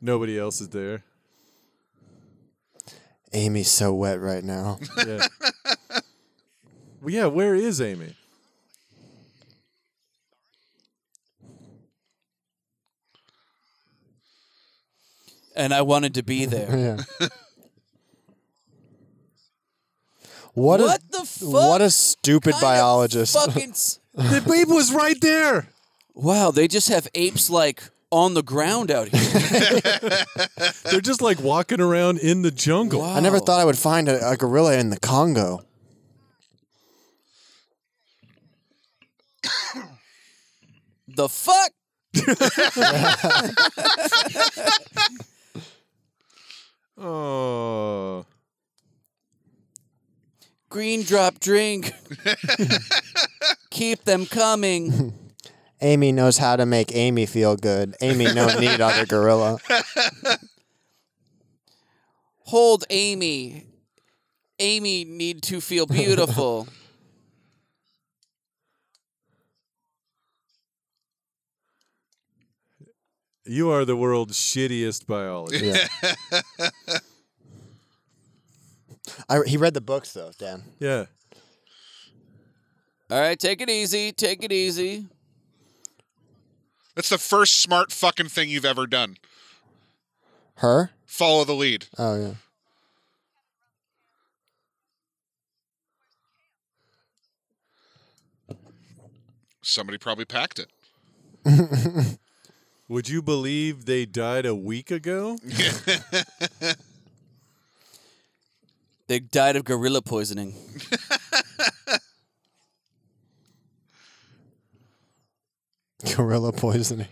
Nobody else is there.
Amy's so wet right now.
Yeah. well, yeah, where is Amy?
and I wanted to be there.
Yeah. What,
What
a
the fuck?
what a stupid
Kind of
biologist.
Fucking. s-
The babe was right there.
Wow, they just have apes like on the ground out here.
They're just like walking around in the jungle.
Wow.
I never thought I would find a, a gorilla in the Congo.
The fuck?
Oh.
Green drop drink. Keep them coming.
Amy knows how to make Amy feel good. Amy no need other gorilla.
Hold Amy. Amy need to feel beautiful.
You are the world's shittiest biologist.
Yeah. I, he read the books though, Dan.
Yeah.
All right, take it easy. Take it easy.
That's the first smart fucking thing you've ever done.
Her?
Follow the lead.
Oh yeah.
Somebody probably packed it.
Would you believe they died a week ago?
They died of gorilla poisoning.
Gorilla poisoning.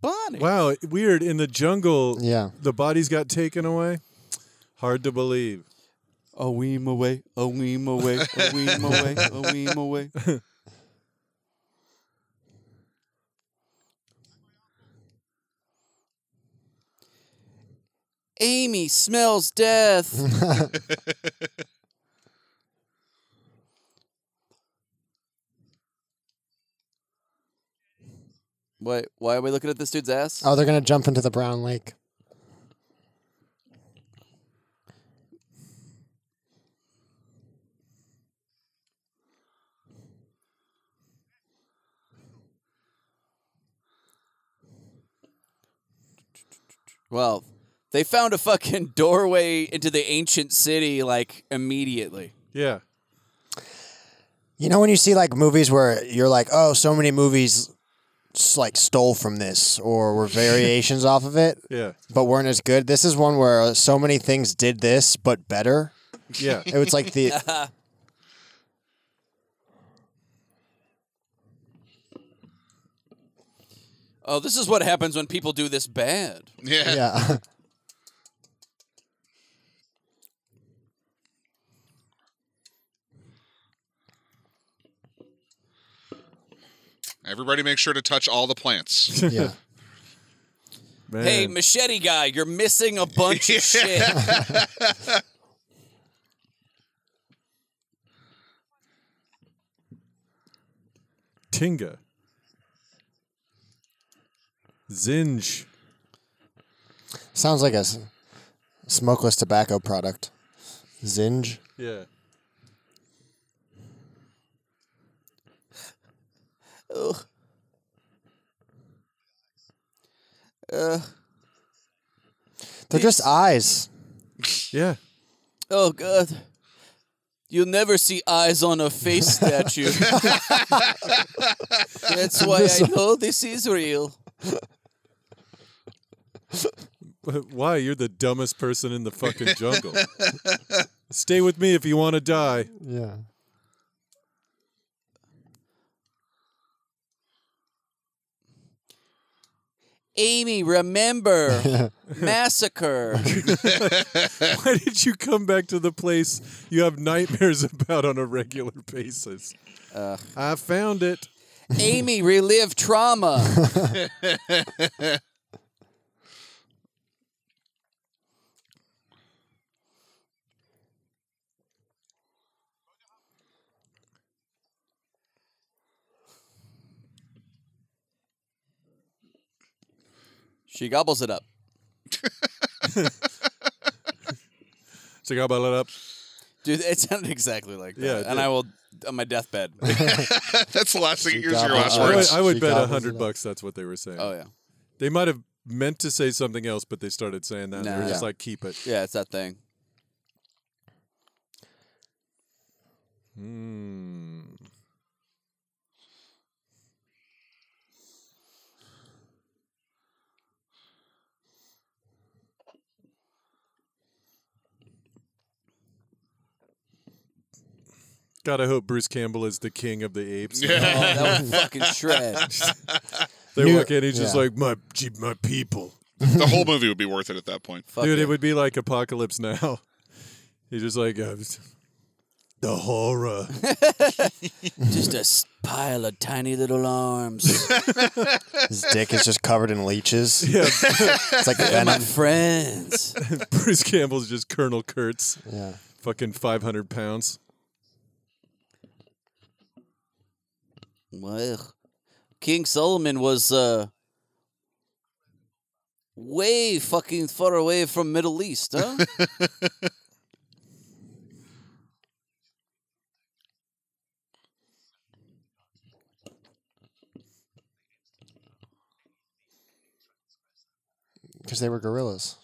Bonnie.
Wow, weird. In the jungle,
Yeah.
the bodies got taken away. Hard to believe.
A weem away, a weem away, a weem away, a weem away. Amy smells death. Wait, why are we looking at this dude's ass?
Oh, they're gonna jump into the brown lake.
Well, they found a fucking doorway into the ancient city like immediately.
Yeah.
You know when you see like movies where you're like, oh, so many movies s- like stole from this or were variations off of it,
Yeah.
but weren't as good. This is one where uh, so many things did this but better.
Yeah.
It was like the
Oh, this is what happens when people do this bad.
Yeah.
yeah.
Everybody make sure to touch all the plants.
yeah.
Man.
Hey, machete guy, you're missing a bunch of shit.
Tinga. Zinj.
Sounds like a s- smokeless tobacco product. Zinge.
Yeah.
They're just eyes.
Yeah.
Oh god. You'll never see eyes on a face statue. That's why I know this is real.
Why? You're the dumbest person in the fucking jungle. Stay with me if you want to die.
Yeah.
Amy, remember massacre.
Why did you come back to the place you have nightmares about on a regular basis? I found it.
Amy, relive trauma. she gobbles it up.
So I gobbled it up.
Dude, it sounded exactly like that.
Yeah, it
and
did.
I will on my deathbed.
That's the last thing. Here's your
gobbled
last
up.
I would,
words.
I would
She
bet a
gobbles it
hundred
up.
bucks that's what they were saying.
oh yeah,
They might have meant to say something else, but they started saying that. and they were
Nah.
just
Yeah.
like, keep it.
yeah, it's that thing.
Hmm. God, I hope Bruce Campbell is the king of the apes.
Oh, that would fucking shred.
They
New-
walk in, he's just
yeah.
like my gee, my people,
the whole movie would be worth it at that point.
Fuck
dude.
yeah.
It would be like Apocalypse Now. He's just like uh, the horror.
just a s- pile of tiny little arms.
His dick is just covered in leeches.
yeah,
It's like
my
venom.
friends.
Bruce Campbell's just Colonel Kurtz,
Yeah.
fucking five hundred pounds.
Well, King Solomon was uh, way fucking far away from Middle East, huh?
Because they were gorillas.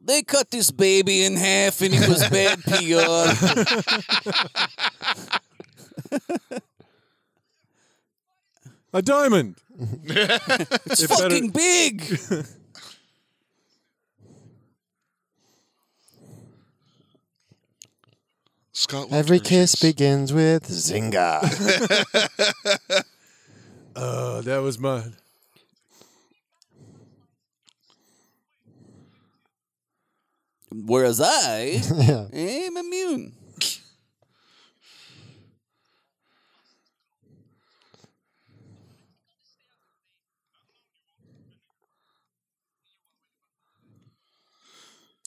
they cut this baby in half and it was bad PR.
A diamond.
It's
It better-
fucking big.
Scott.
Every
Walters
kiss
is-
begins with Zinga.
Uh, that was mine.
Whereas I
yeah.
am immune.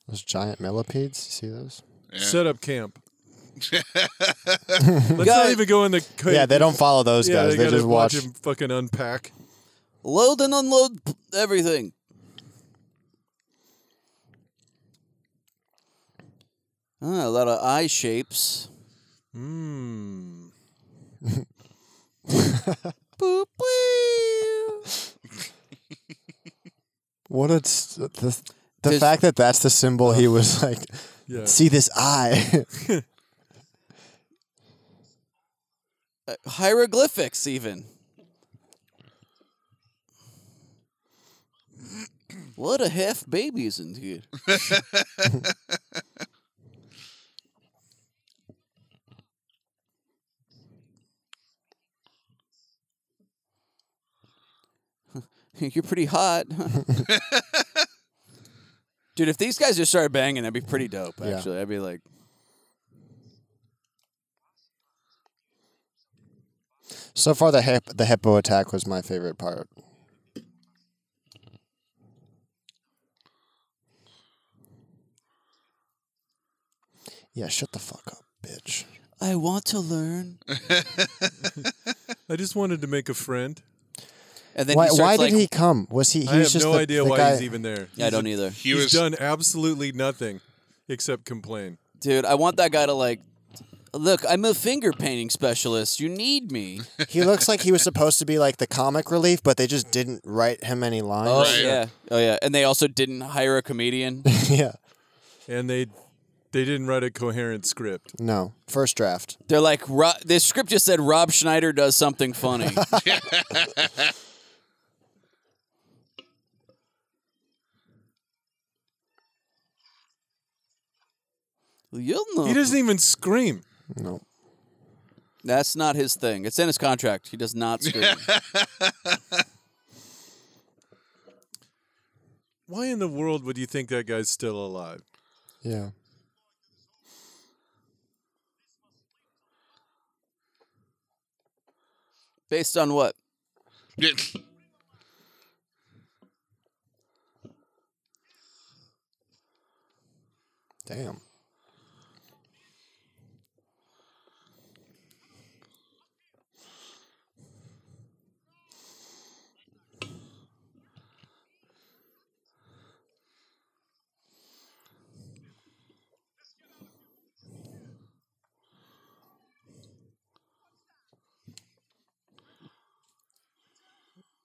Those giant millipedes. You see those?
Yeah.
Set up camp. Let's not
Guys-
even go in the.
Yeah, they don't follow those
Yeah,
guys. They,
gotta
just watch.
him fucking unpack.
Load and unload p- everything. Ah, a lot of eye shapes.
Hmm.
Boop, boop.
What a s- the, the
Just-
fact that that's the symbol he was like.
Yeah.
See this eye.
Uh, hieroglyphics, even. What a half baby isn't here. You're pretty hot. Dude, if these guys just started banging, that'd be pretty dope,
Yeah.
actually. I'd be like,
so far, the hip, the hippo attack was my favorite part. Yeah, shut the fuck up, bitch.
I want to learn.
I just wanted to make a friend.
And then
why
he starts
why
like,
did he come? Was he? he
I
was
have
just
no
the-
idea
the
why
guy-
he's even there.
Yeah, I don't either.
He
He's
was
done absolutely nothing except complain.
Dude, I want that guy to like look, I'm a finger painting specialist. You need me.
He looks like he was supposed to be like the comic relief, but they just didn't write him any lines.
Oh
Right.
yeah. Oh yeah. And they also didn't hire a comedian.
Oh.
yeah.
And they they didn't write a coherent script.
No. First draft.
They're like Ro- this script just said Rob Schneider does something funny. You'll know.
Oh.
He doesn't even scream.
No.
That's not his thing. It's in his contract. He does not scream.
Why in the world would you think that guy's still alive?
Yeah.
Based on what?
Yeah.
Damn.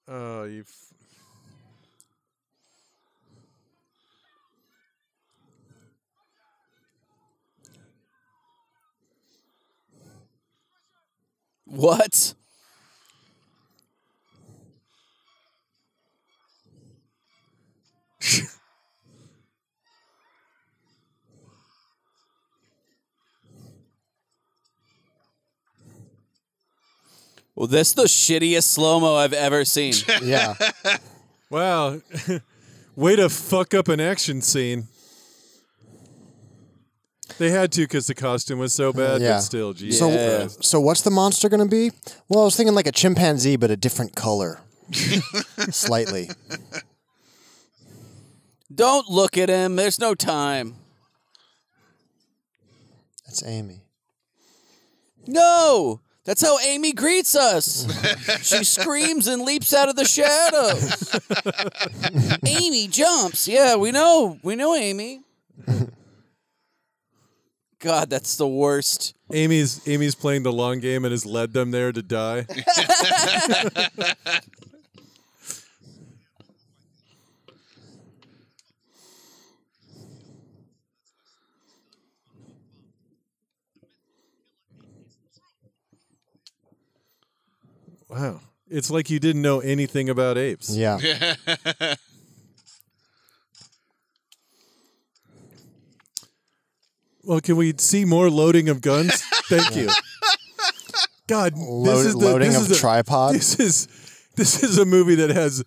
Oh, you. F-
What? Well, this is the shittiest slow mo I've ever seen.
Yeah.
wow. Way to fuck up an action scene. They had to because the costume was so bad,
Uh, Yeah.
but still, Jesus
So
Christ.
so what's the monster going to be? Well, I was thinking like a chimpanzee but a different color. Slightly.
Don't look at him. There's no time.
That's Amy.
No! That's how Amy greets us. she screams and leaps out of the shadows. Amy jumps. Yeah, we know. We know Amy. God, that's the worst.
Amy's Amy's playing the long game and has led them there to die. wow. It's like you didn't know anything about apes.
Yeah.
Well, can we see more loading of guns? Thank you. God,
Load-
this is the,
loading
this
of
is a,
tripod.
This is this is a movie that has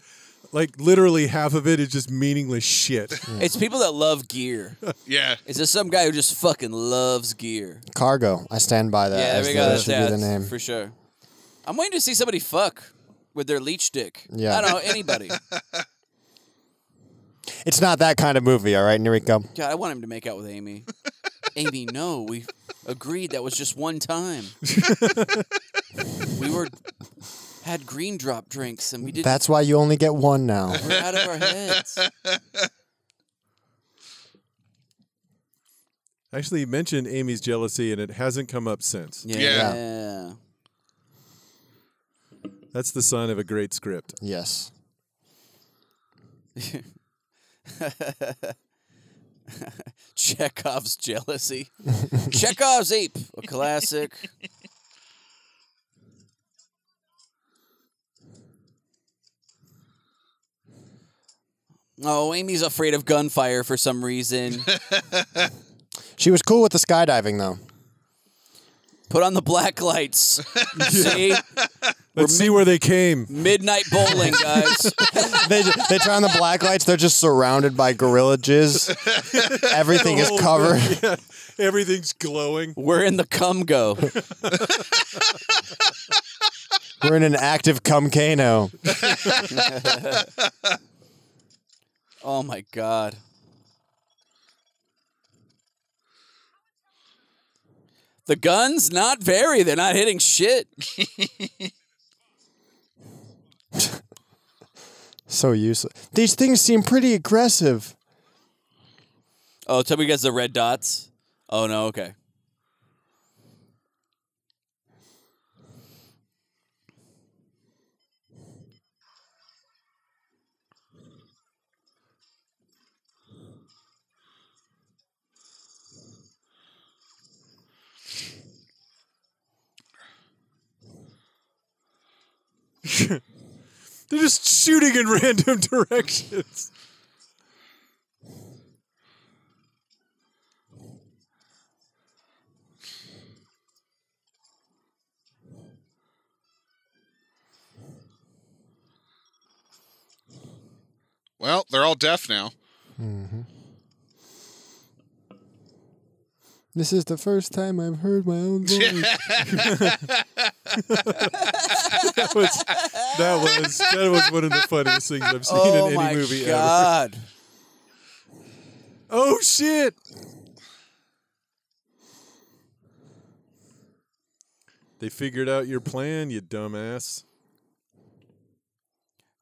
like literally half of it is just meaningless shit.
Hmm.
It's people that love gear.
yeah.
Is this some guy who just fucking loves gear?
Cargo. I stand by that.
Yeah, there
as
we
Uh, the-
go.
That
That's,
should
yeah,
be the
that's
name.
for sure. I'm waiting to see somebody fuck with their leech dick.
Yeah.
I don't know anybody.
It's not that kind of movie, all right, Noriko?
God, I want him to make out with Amy. Amy, no, we agreed that was just one time. we were had green drop drinks and we didn't
That's why you only get one now.
we're out of our heads.
Actually, you mentioned Amy's jealousy, and it hasn't come up since.
Yeah.
Yeah.
That's the sign of a great script.
Yes.
Chekhov's jealousy. Chekhov's ape, a classic. Oh, Amy's afraid of gunfire for some reason.
She was cool with the skydiving though.
Put on the black lights. See?
Let's see where they came.
Midnight bowling, guys.
they, ju- they turn on the black lights. They're just surrounded by gorilla jizz. Everything is covered.
Everything's glowing.
We're in the cum go.
We're in an active cumcano.
Oh my god. The guns not very. They're not hitting shit.
So useless. These things seem pretty aggressive.
Oh, tell me you guys the red dots. Oh no, okay.
They're just shooting in random directions.
Well, they're all deaf now.
This is the first time I've heard my own voice.
That was that was that was one of the funniest things I've seen
Oh
in
my
any movie ever.
god!
Oh shit! They figured out your plan, you dumbass.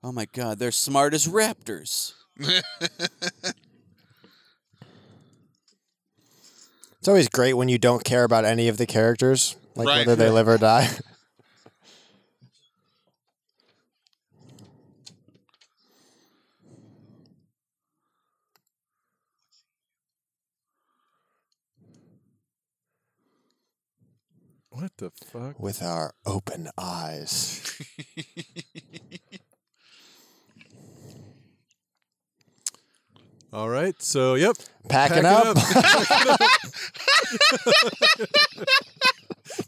Oh my god! They're smart as raptors.
It's always great when you don't care about any of the characters, like
Right.
whether they live or die.
What the fuck?
With our open eyes.
All right, so yep,
Packing, up.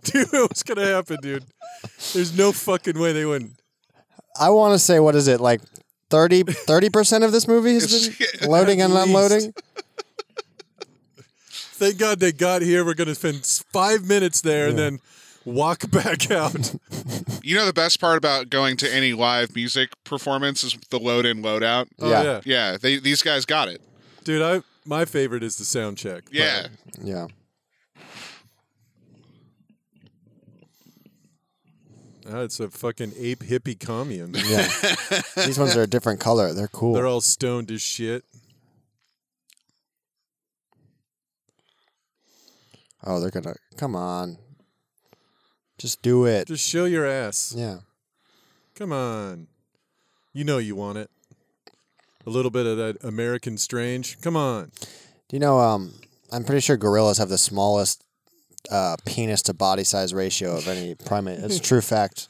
dude, what's gonna happen, dude? There's no fucking way they wouldn't.
I want to say, what is it, like 30, 30% of this movie has been loading and
At least.
unloading?
Thank God they got here. We're gonna spend s- five minutes there and then walk back out.
You know the best part about going to any live music performance is the load in, load out.
Oh,
Yeah.
yeah,
Yeah, they, these guys got it.
dude. I my favorite is the sound check. but-
Yeah,
Yeah.
Ah, it's a fucking ape hippie commune.
Yeah. These ones are a different color. They're cool.
They're all stoned as shit.
oh, they're going to. Come on. Just do it.
Just show your ass.
yeah.
Come on. You know you want it. A little bit of that American strange. Come on.
Do you know, um, I'm pretty sure gorillas have the smallest uh, penis to body size ratio of any primate. It's a true fact.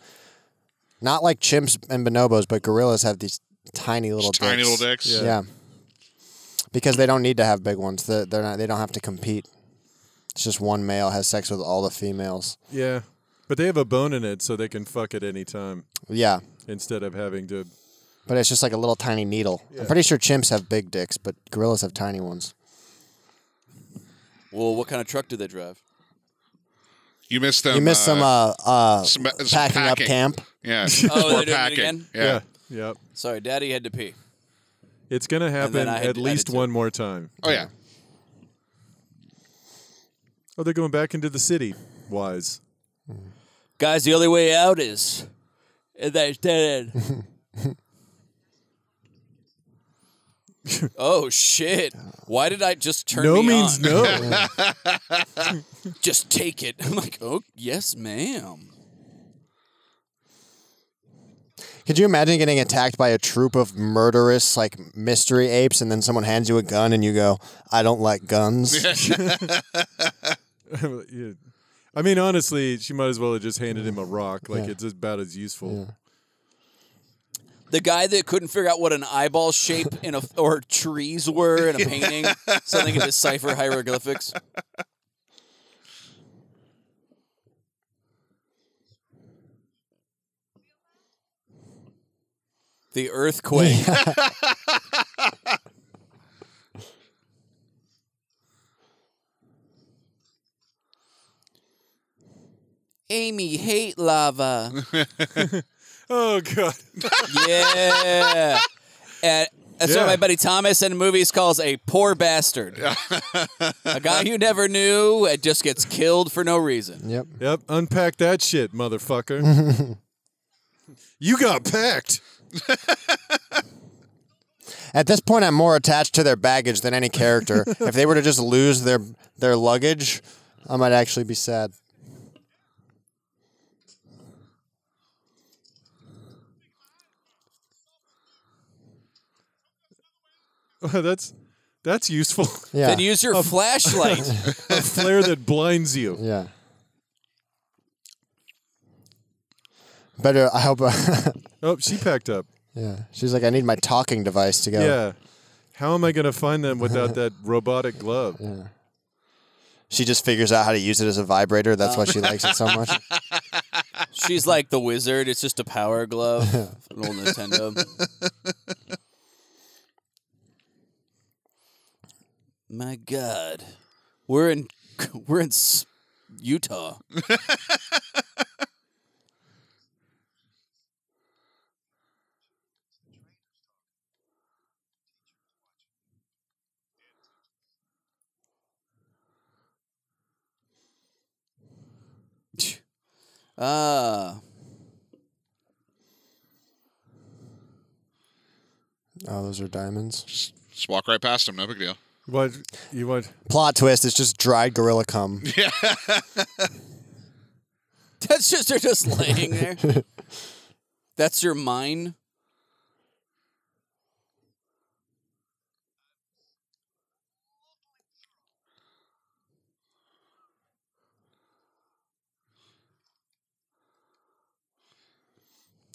Not like chimps and bonobos, but gorillas have these tiny little dicks.
tiny little dicks.
Yeah. Because they don't need to have big ones. They're, they're not. They don't have to compete. It's just one male has sex with all the females.
Yeah. But they have a bone in it so they can fuck at any time
Yeah.
instead of having to.
But it's just like a little tiny needle. I'm pretty sure chimps have big dicks, but gorillas have tiny ones.
Well, what kind of truck do they drive?
You missed them.
You missed some uh, uh,
some- some
packing up
packing.
camp.
Yeah.
Oh,
Or
they're doing it again?
Yeah.
Yeah. Yep.
Sorry, Daddy had to pee.
It's going to happen
I had
at
to
least
edit it.
one more time.
Oh yeah.
Oh, they're going back into the city. Wise.
Guys, the only way out is and that's dead. oh shit! Why did I just turn?
no
me
means
on?
no.
Just take it. I'm like, oh yes, ma'am.
Could you imagine getting attacked by a troop of murderous, like mystery apes, and then someone hands you a gun and you go, "I don't like guns."
Yeah. I mean, honestly, she might as well have just handed him a rock. Like, it's about as useful.
The guy that couldn't figure out what an eyeball shape in a or trees were in a painting, so they could decipher hieroglyphics. The earthquake. Amy hate lava.
Oh, God.
Yeah. And that's
Yeah.
what my buddy Thomas in movies calls a poor bastard. a guy you never knew and just gets killed for no reason.
yep.
Yep, unpack that shit, motherfucker. you got packed.
At this point, I'm more attached to their baggage than any character. if they were to just lose their their luggage, I might actually be sad.
that's that's useful.
Yeah.
Then use your flashlight.
A flare that blinds you.
yeah. Better. uh, I hope.
Oh, she packed up.
yeah. She's like, I need my talking device to go.
Yeah. How am I gonna find them without that robotic glove?
She just figures out how to use it as a vibrator. That's why she likes it so much.
She's like the wizard. It's just a power glove. An old Nintendo. My God, we're in we're in S- Utah. Ah,
Oh, those are diamonds.
Just, just walk right past them. No big deal.
What you what?
Plot twist: It's just dried gorilla cum.
Yeah.
that's just they're just laying there. that's your mine.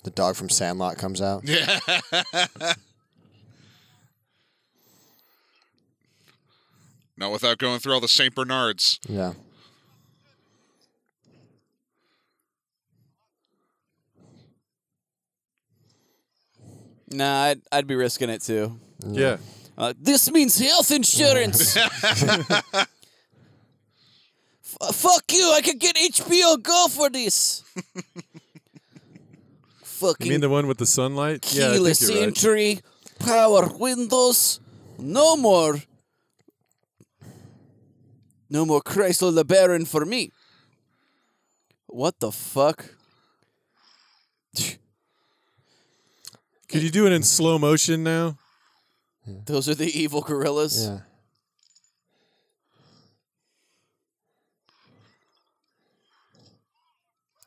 The dog from Sandlot comes out.
yeah. Not without going through all the St. Bernards.
Yeah.
Nah, I'd, I'd be risking it too.
Yeah.
Uh, this means health insurance. F- fuck you! I could get HBO Go for this.
You
Fucking
mean the one with the sunlight? Yeah, I think
keyless
you're right.
entry, power windows, no more, no more Chrysler LeBaron for me. What the fuck?
Could you do it in slow motion now?
Those are the evil gorillas.
Yeah.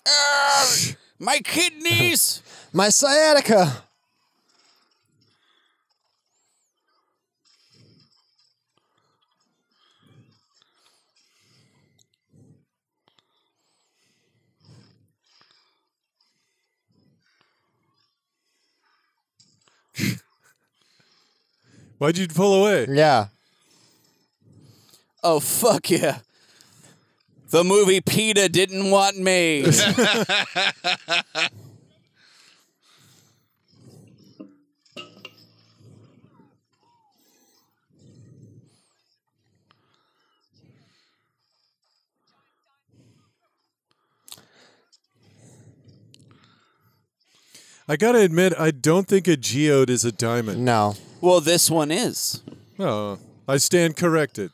Arrgh! my kidneys.
My sciatica.
Why'd you pull away?
Yeah.
Oh fuck yeah! The movie PETA didn't want me.
I gotta admit, I don't think a geode is a diamond.
No.
well, this one is.
No, Oh, I stand corrected.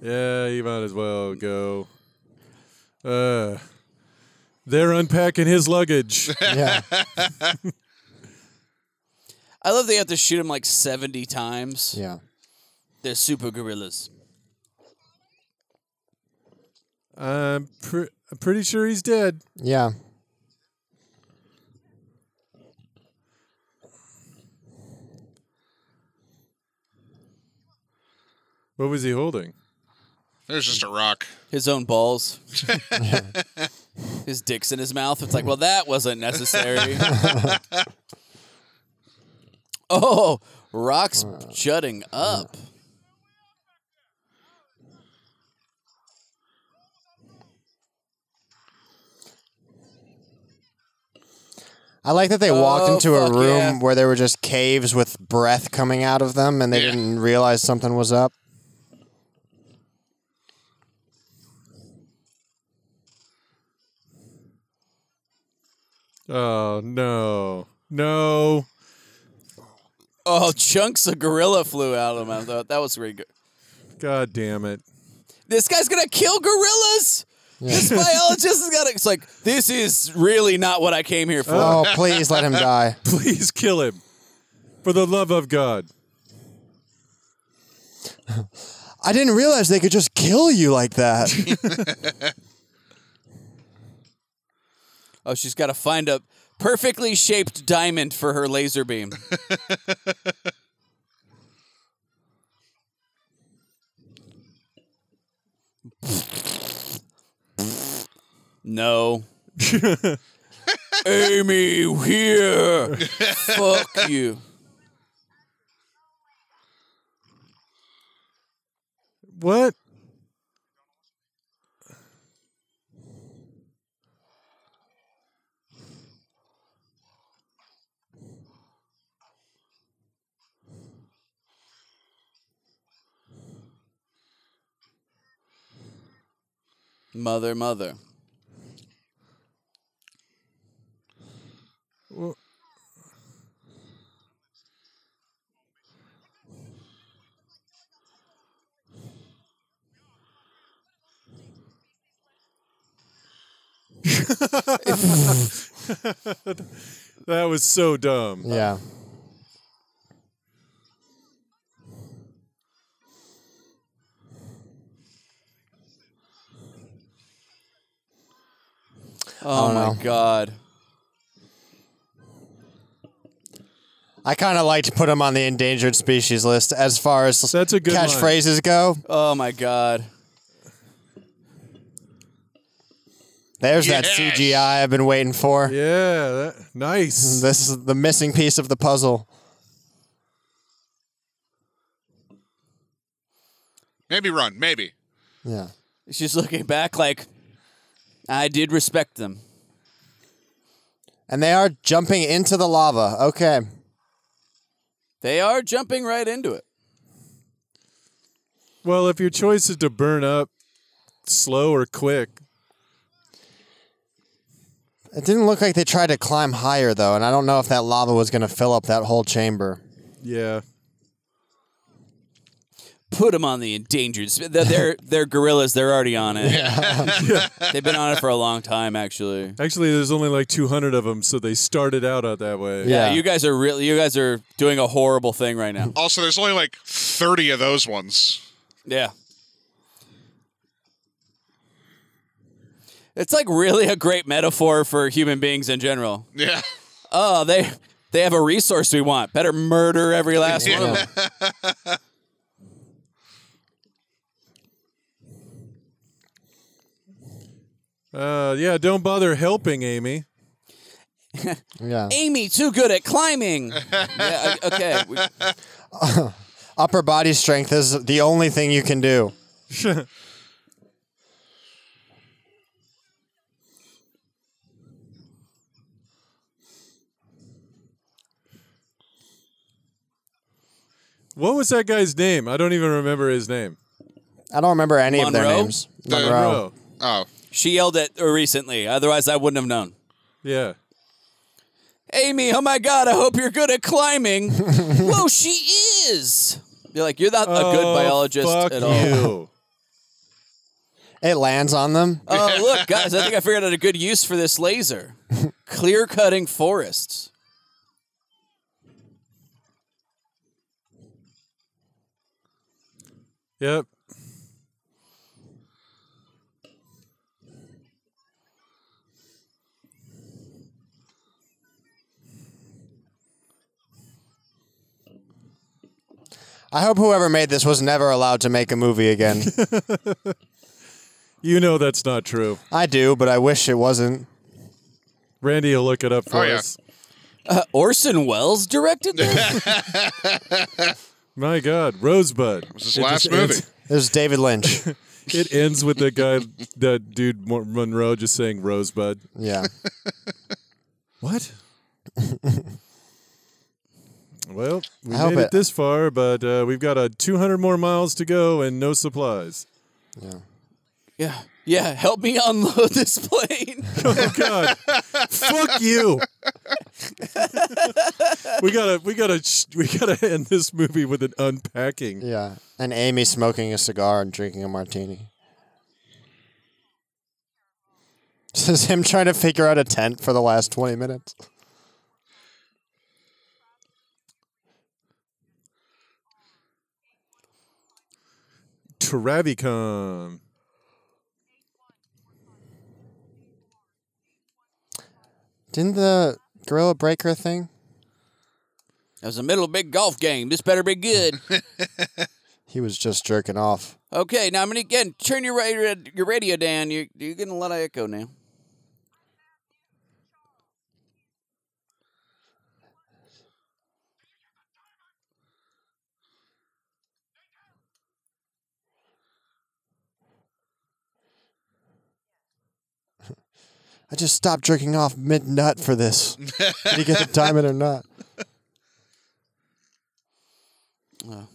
yeah, you might as well go. Uh, they're unpacking his luggage.
Yeah.
I love they have to shoot him like seventy times.
yeah.
They're super gorillas.
I'm, pre- I'm pretty sure he's dead.
Yeah.
What was he holding?
There's just a rock.
His own balls. his dick's in his mouth. It's like, well, that wasn't necessary. oh, rocks
Uh.
jutting up.
I like that they walked
Oh,
into a
fuck
room
yeah.
where there were just caves with breath coming out of them, and they
Yeah.
didn't realize something was up.
Oh no, no!
Oh, chunks of gorilla flew out of him. I thought that was really good.
God damn it!
This guy's gonna kill gorillas. This biologist is gonna. It's like this is really not what I came here for.
Oh, please let him die.
Please kill him, for the love of God!
I didn't realize they could just kill you like that.
Oh, she's got to find a perfectly shaped diamond for her laser beam. no. Amy, here. Fuck you.
What?
Mother, mother.
Wha- that was so dumb.
Yeah.
Oh
don't
Oh my
know.
god.
I kind of like to put them on the endangered species list as far as
That's a good line.
catchphrases go.
Oh my god.
There's
Yes.
that CGI I've been waiting for.
Yeah, that, nice.
This is the missing piece of the puzzle.
Maybe run. Maybe.
Yeah.
She's looking back like I did respect them.
And they are jumping into the lava. Okay.
They are jumping right into it.
Well, if your choice is to burn up slow or quick,
It didn't look like they tried to climb higher, though, and I don't know if that lava was going to fill up that whole chamber.
yeah.
Put them on the endangered. sp- They're they're, they're gorillas. They're already on it. They've been on it for a long time, actually.
Actually, there's only like 200 of them, so they started out uh, that way.
Yeah.
Yeah, you guys are really. You guys are doing a horrible thing right now.
Also, there's only like 30 of those ones.
Yeah. It's like really a great metaphor for human beings in general.
Yeah.
Oh, they they have a resource we want. Better murder every last one of them.
Uh, yeah, don't bother helping Amy.
Yeah.
Amy, too good at climbing. yeah, o- okay. We-
Upper body strength is the only thing you can do.
What was that guy's name? I don't even remember his name.
I don't remember any of their
Monroe?
names.
The-
Monroe.
Monroe.
Oh.
She yelled at her recently. Otherwise, I wouldn't have known.
Yeah.
Amy, oh my God, I hope you're good at climbing. Whoa, she is. You're like, you're not a good
Oh,
biologist
fuck
at all.
you.
It lands on them.
Oh, look, guys, I think I figured out a good use for this laser clear cutting forests.
Yep.
I hope whoever made this was never allowed to make a movie again.
You know that's not true.
I do, but I wish it wasn't.
Randy will look it up for
Oh, yeah.
us.
Uh, Orson Welles directed this?
My God, Rosebud.
It was his
It
last
just
movie.
ends-
It was David Lynch.
it ends with the guy, that dude Mo- Monroe, just saying Rosebud.
Yeah.
What? well, we
I hope
made it
it-
this far, but uh, we've got a 200 more miles to go and no supplies.
yeah. Yeah, help me unload this plane.
Oh God! Fuck you! we gotta, we gotta, sh- we gotta end this movie with an unpacking.
Yeah. And Amy smoking a cigar and drinking a martini. This is him trying to figure out a tent for the last 20 minutes.
Travicon.
Didn't the gorilla break her thing?
I was in the middle of a big golf game. This better be good.
He was just jerking off.
Okay, now I'm gonna again turn your radio your radio down. You you're getting a lot of echo now.
I just stopped jerking off mid nut for this. Did you get to time it or not?
Oh.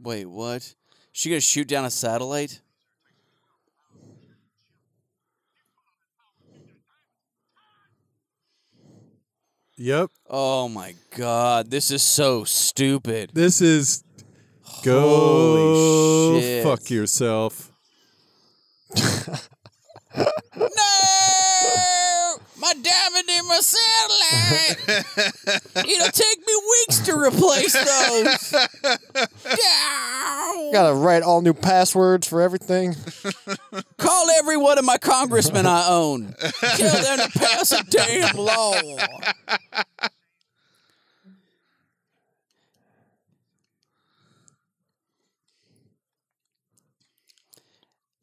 Wait, what? She gonna shoot down a satellite?
Yep.
Oh my god, this is so stupid.
This is go
Holy shit.
fuck yourself.
No! My diamond in my satellite! It'll take me weeks to replace those! Ow!
Gotta write all new passwords for everything.
Call every one of my congressmen I own. Tell them to pass a damn law.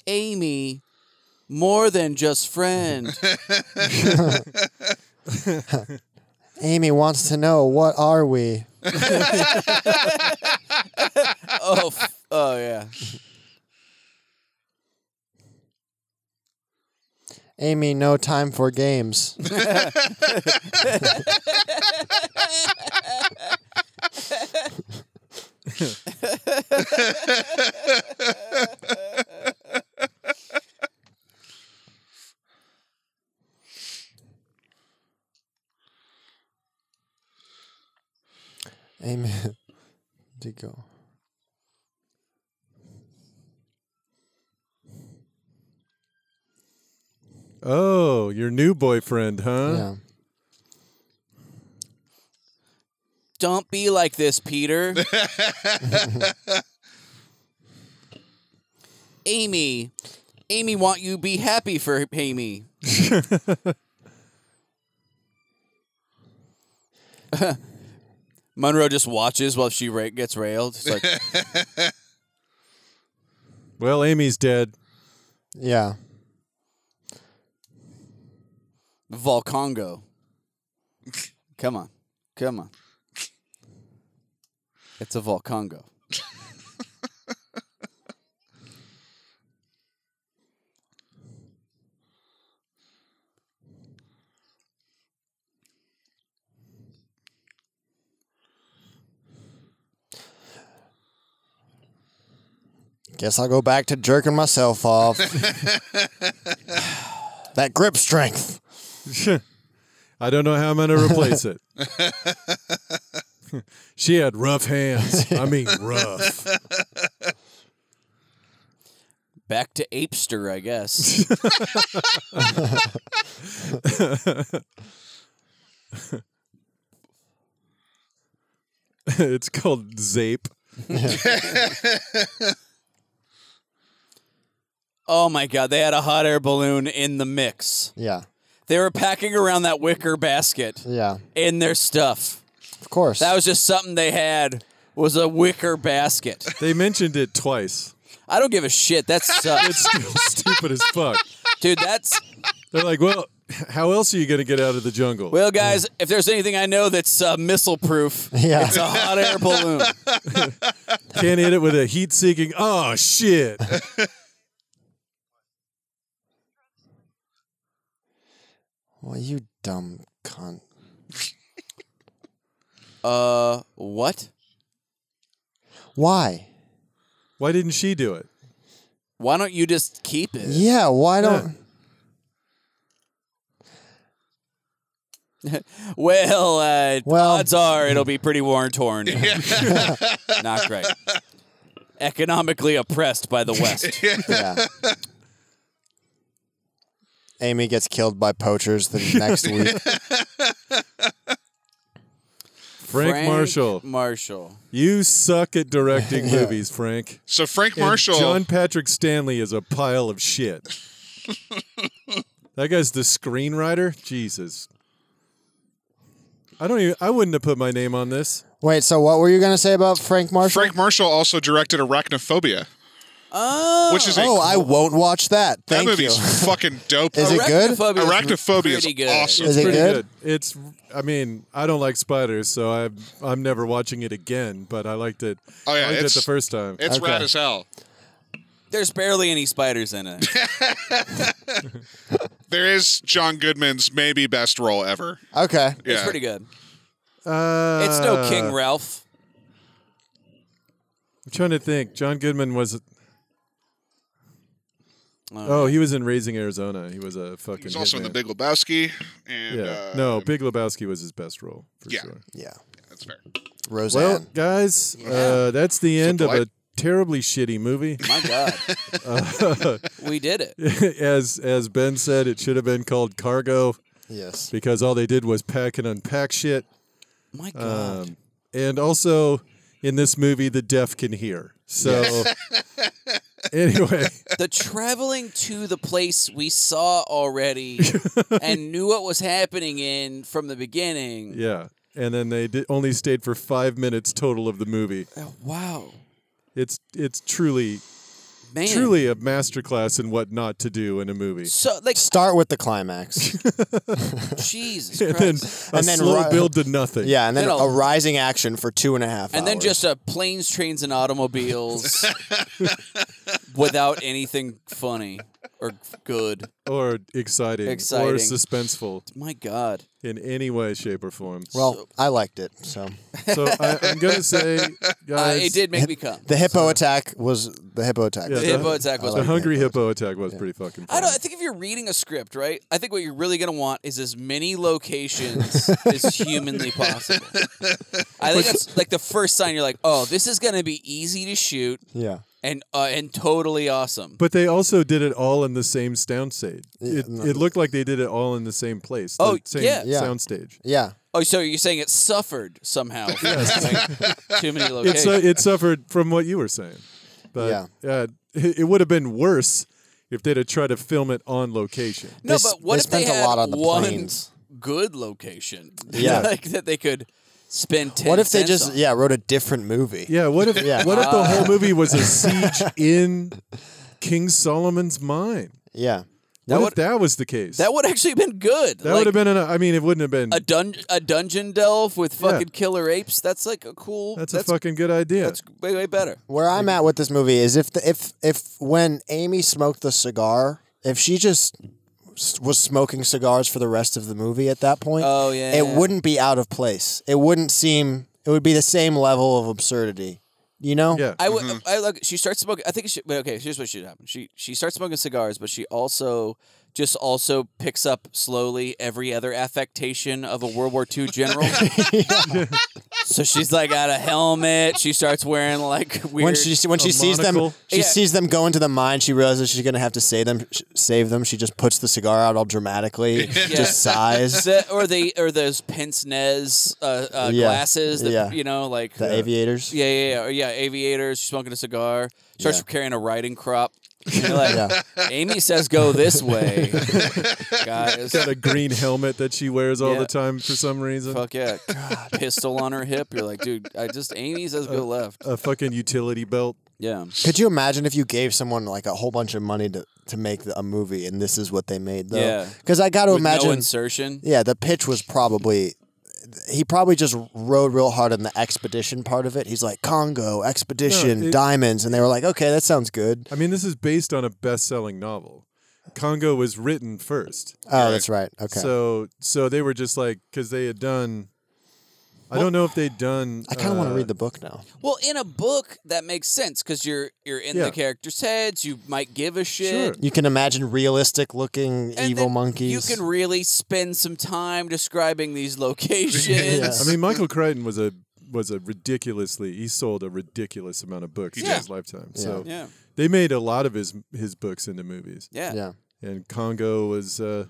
Amy, more than just friend.
Amy wants to know what are we?
oh, f- oh yeah.
Amy, no time for games. Amy, did go.
Oh, your new boyfriend, huh?
Yeah.
Don't be like this, Peter. Amy, Amy, want you be happy for Amy? Monroe just watches while she ra- gets railed. It's like,
Well, Amy's dead.
Yeah.
Volcongo. Come on. Come on. It's a Volcongo.
Guess I'll go back to jerking myself off. that grip strength.
I don't know how I'm going to replace it. she had rough hands. I mean, rough.
Back to Apester, I guess.
it's called Zape.
oh my God, they had a hot air balloon in the mix.
Yeah.
They were packing around that wicker basket
Yeah.
in their stuff.
Of course.
That was just something they had was a wicker basket.
They mentioned it twice.
I don't give a shit. That
It's
sucks.
still stupid as fuck.
Dude, that's
They're like, well, how else are you going to get out of the jungle?
Well, guys, if there's anything I know that's uh, missile proof,
Yeah.
it's a hot air balloon.
Can't hit it with a heat seeking. Oh, shit.
well, you dumb cunt.
Uh, what?
Why?
Why didn't she do it?
Why don't you just keep it?
Yeah, why don't
Well, uh,
Well-
odds are it'll be pretty worn torn. Not great. Economically oppressed by the West.
yeah. Amy gets killed by poachers the next week.
Frank, Marshall,
Marshall.
you suck at directing movies, Frank.
So Frank
And
Marshall.
John Patrick Stanley is a pile of shit. that guy's the screenwriter. Jesus. I don't even. I wouldn't have put my name on this.
Wait, so what were you going to say about Frank Marshall?
Frank Marshall also directed Arachnophobia,
Oh,
which is a,
oh, I won't watch that.
that
Thank you.
movie's fucking dope.
Is it good?
Arachnophobia is
Arachnophobia
pretty
is
good.
awesome.
Is it
Pretty
good?
It's. I mean, I don't like spiders, so I'm I'm never watching it again. But I liked it.
Oh, yeah,
I liked it
it's-
the first time.
It's
Okay.
rad as hell.
There's barely any spiders in it.
There is John Goodman's maybe best role ever.
Okay.
It's
Yeah.
pretty good.
Uh,
It's no King Ralph.
I'm trying to think. John Goodman was.
Uh,
Oh, he was in Raising Arizona. He was a fucking.
He's also in
hitman.
The Big Lebowski, and
Yeah.
uh,
no, Big Lebowski was his best role for
Yeah.
sure.
Yeah.
that's fair.
Roseanne.
Well, guys, uh, that's the end of a
delight.
terribly shitty movie.
My God, we did it.
as as Ben said, it should have been called Cargo
yes.
because all they did was pack and unpack shit.
My God,
Um, and also, in this movie, the deaf can hear. So, anyway,
the traveling to the place we saw already and knew what was happening in from the beginning.
yeah. And then they did, only stayed for five minutes total of the movie.
Oh, wow,
It's it's truly
man,
truly a masterclass in what not to do in a movie.
So like
Start with the climax.
Jesus
And
Christ.
then a
And then
slow
ri-
build to nothing.
yeah, and then
No, no.
a rising action for two and a half
and
hours.
then just uh, planes, trains, and automobiles without anything funny or good.
Or exciting,
Exciting.
or suspenseful
My God.
in any way, shape, or form.
Well, I liked it. So
So I, I'm gonna say,
Uh,
guys,
it did make me come.
the hippo attack was the hippo attack.
Yeah,
The hippo attack was
The
pretty
hungry hippo attack was pretty fucking. Funny.
I don't. I think if you're reading a script, right? I think what you're really gonna want is as many locations as humanly possible. I think that's like the first sign. You're like, oh, this is gonna be easy to shoot
Yeah.
and uh, and totally awesome.
but they also did it all in the same soundstage. It,
no.
it looked like they did it all in the same place. the
Oh,
same
yeah.
Yeah.
soundstage.
Yeah.
Oh, so you're saying it suffered somehow? from having too many
It's
locations.
uh, it suffered from what you were saying, but yeah, it, it would have been worse if they'd have tried to film it on location.
no,
They s-
but what
they
if they
spent a
had
lot on the
one
planes.
good location?
Yeah.
like that they could spend. 10
What if they
cents
just
on?
yeah wrote a different movie?
Yeah, what if
Yeah.
what if
Ah.
the whole movie was a siege in King Solomon's mine?
Yeah.
What if
would-
that was the case?
That would actually been good.
That
Like,
would have been. An, I mean, it wouldn't have been.
a dun- a dungeon delve with fucking killer apes. That's like a cool.
that's,
That's
a fucking good idea.
that's way, way better.
Where I'm at with this movie is if the, if if when Amy smoked the cigar, if she just s- was smoking cigars for the rest of the movie at that point,
Oh, yeah.
it wouldn't be out of place. It wouldn't seem. It would be the same level of absurdity. You know?
yeah.
I would.
Mm-hmm.
I look. She starts smoking. I think. She, but okay. Here's what should happen. She she starts smoking cigars, but she also just also picks up slowly every other affectation of a World War II general. so she's like got a helmet. She starts wearing like weird.
When she when she
A
sees them,
monocle.
she
Yeah.
sees them go into the mine. She realizes she's gonna have to save them. sh- Save them. She just puts the cigar out all dramatically, just sighs.
The- or the or those pince nez uh, uh,
Yeah.
glasses that
Yeah.
you know like uh,
The aviators.
Yeah, yeah, yeah. Or, yeah aviators, smoking a cigar, starts
Yeah.
carrying a riding crop. You're like,
Yeah.
Amy says go this way, guys.
got a green helmet that she wears all
Yeah.
the time for some reason.
Fuck yeah. Pistol on her hip. You're like, dude, I just, Amy says
Uh,
go left.
A fucking utility belt.
Yeah.
Could you imagine if you gave someone like a whole bunch of money to, to make the, a movie and this is what they made though?
Yeah.
Because I got to
With
imagine.
no insertion.
yeah, the pitch was probably. He probably just rode real hard on the expedition part of it. He's like Congo expedition
No, it-
diamonds, and they were like, okay, that sounds good.
I mean, this is based on a best-selling novel. Congo was written first,
Oh, that's right. Okay.
so so they were just like because they had done. I don't know if they'd done.
I kind of want
uh,
to read the book now.
Well, in a book, that makes sense because you're you're in
Yeah.
the characters' heads. You might give a shit.
uh, Sure.
You can imagine realistic looking
And
evil
then
monkeys.
You can really spend some time describing these locations.
I mean, Michael Crichton was a was a ridiculously he sold a ridiculous amount of books in
did.
his lifetime. So
yeah.
they made a lot of his his books into movies,
Yeah.
yeah.
and Congo was uh,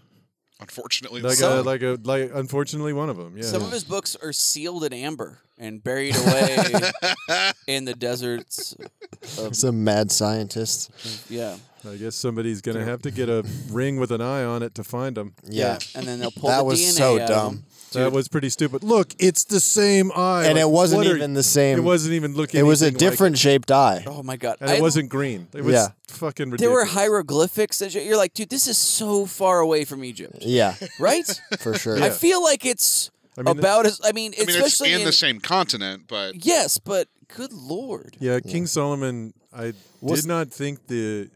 Unfortunately,
like
so-
a, like a like unfortunately one of them. Yeah,
Some of his books are sealed in amber and buried away in the deserts.
Some mad scientists.
Yeah.
I guess somebody's gonna have to get a ring with an eye on it to find them.
Yeah.
and then they'll pull
That
the
was
DNA
so
out of
dumb.
them.
That was pretty stupid. Look, it's the same eye,
And
Like,
it wasn't
what are-
even the same-
It wasn't even looking.
It was a
anything like
different shaped eye.
Oh my god!
and it
I-
wasn't green. It was
Yeah.
fucking
There were
ridiculous.
hieroglyphics, and shit. you're like, dude, this is so far away from Egypt,
Yeah,
right?
for sure.
I feel like it's
mean,
about as. I mean,
I mean, it's
especially
in
in-
the same continent, but
Yes, but good lord.
yeah, King Solomon. I did not think the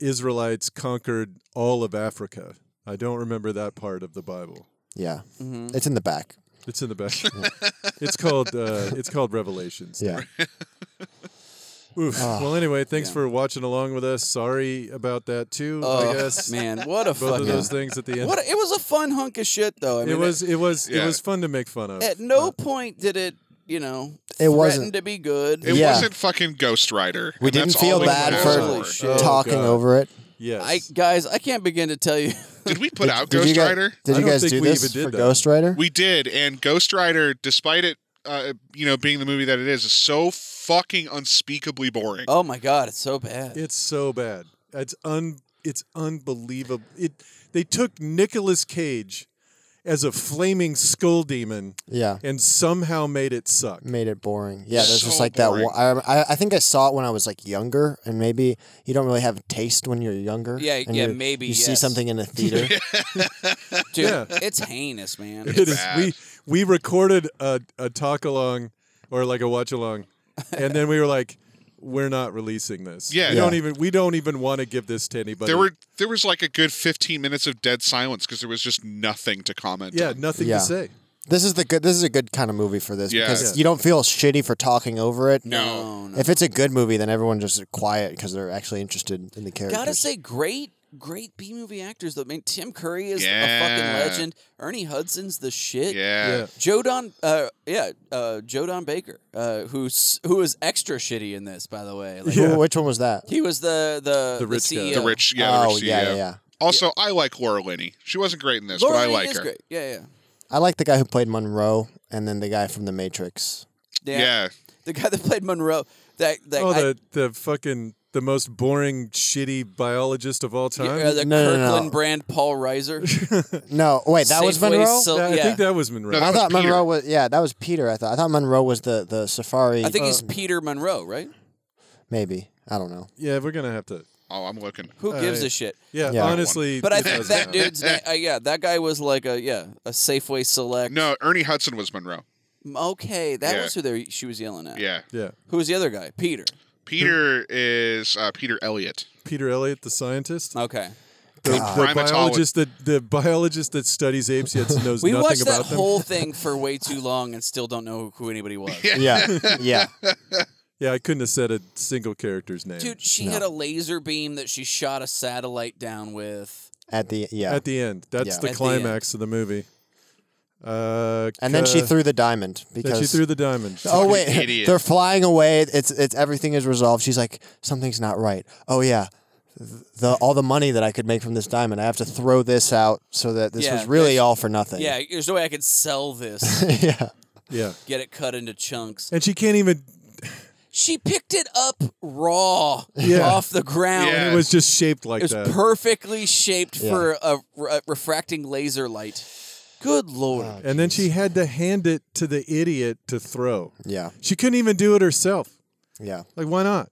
Israelites conquered all of Africa. I don't remember that part of the Bible.
Yeah. Mm-hmm. It's in the back.
It's in the back. it's called uh, it's called Revelations.
Yeah.
Oof. Well, anyway, thanks for watching along with us. Sorry about that too.
Oh,
I guess
man, what a
both
fucking
of those things at the end.
what a, it was a fun hunk of shit though. I mean,
it was it was
Yeah.
it was fun to make fun of.
at no point did it, you know,
It
threaten
wasn't-
to be good.
it
Yeah.
wasn't fucking Ghost Rider.
We
and
didn't
that's
feel
all it
bad
was
Holy
for Oh,
for.
shit.
talking
God.
over it.
yes.
I guys, I can't begin to tell you.
Did we put out
Did
Ghost
you guys,
Rider?
Did
I
you
don't
guys
think
do
we
this
even did
for
that.
Ghost Rider?
We did, and Ghost Rider, despite it, uh, you know, being the movie that it is, is so fucking unspeakably boring.
Oh my god, it's so bad.
It's so bad. It's un it's unbelievable. It they took Nicolas Cage as a flaming skull demon
yeah.
and somehow made it suck.
Made it boring. Yeah, there's just
So
like that.
boring.
wa- I, I I think I saw it when I was like younger, and maybe you don't really have taste when you're younger.
Yeah,
and
yeah,
you-
maybe,
you see
yes.
something in a theater.
Dude,
Yeah.
it's heinous, man.
It is-
bad.
we we recorded a, a talk along or like a watch along and then we were like we're not releasing this.
Yeah.
We
Yeah.
don't even we don't even want to give this to anybody.
there were there was like a good 15 minutes of dead silence because there was just nothing to comment.
yeah,
on.
nothing
Yeah.
to say.
this is the good. This is a good kind of movie for this
Yeah.
because
Yeah.
you don't feel shitty for talking over it.
no.
If it's a good movie, then everyone just is quiet because they're actually interested in the characters.
Gotta say, great, great B movie actors. Though, I mean, Tim Curry is a
Yeah.
fucking legend. Ernie Hudson's the shit.
Yeah.
Yeah.
Joe Don, uh, yeah, uh, Joe Don Baker, uh, who's who is extra shitty in this, by the way. Like,
Who- which one was that?
He was the the E
The rich guy.
CEO.
The rich, yeah, the
Oh,
rich E CEO.
yeah, yeah, yeah.
Also, I like Laura Linney. She wasn't great in this,
Laura
but I
Linney
like
is
her.
great. Yeah, yeah,
I like the guy who played Monroe, and then the guy from The Matrix.
Yeah.
The guy that played Monroe. That that
oh,
I-
the the fucking the most boring shitty biologist of all time.
yeah, uh, the
No, no, no.
Kirkland brand Paul Reiser.
No, wait, that was
Safeway
Monroe.
Sil-
Yeah, I
yeah.
think that was Monroe.
No,
I
that was
thought
Peter.
Monroe was yeah, that was Peter. I thought I thought Monroe was the the safari.
I think he's
uh,
Peter Monroe, right?
maybe I don't know.
yeah, we're gonna have to.
Oh, I'm looking.
Who gives
right.
a shit?
Uh, Yeah,
Yeah.
honestly.
But I
it
think
doesn't
that
matter.
dude's na- uh, yeah, that guy was like a yeah, a Safeway Select.
No, Ernie Hudson was Monroe.
Okay, that
Yeah.
was who they, she was yelling at.
Yeah.
Yeah,
Who was the other guy? Peter.
Peter is uh, Peter Elliott.
Peter Elliott, the scientist,
Okay.
the, the
Primatologist.
biologist that the biologist that studies apes yet knows
We
nothing
watched
about
that
them.
whole thing for way too long and still don't know who anybody was.
Yeah, yeah.
yeah, I couldn't have said a single character's name
Dude, she had a laser beam that she shot a satellite down with.
At the yeah,
at the end. That's
Yeah.
the
At the
climax of the movie. Uh,
and then she
ca-
threw the diamond
then
because
she threw the diamond.
Oh wait,
idiot.
they're flying away. It's it's everything is resolved. She's like, something's not right. Oh yeah, the all the money that I could make from this diamond, I have to throw this out so that this
Yeah,
was really
yes.
all for nothing.
Yeah, there's no way I could sell this,
yeah.
Yeah,
get it cut into chunks.
and she can't even.
She picked it up raw
Yeah.
off the ground.
Yeah.
It was just shaped like
It was
that.
perfectly shaped
Yeah.
for a, a refracting laser light. Good lord.
and then she had to hand it to the idiot to throw.
Yeah,
She couldn't even do it herself.
yeah.
Like, why not?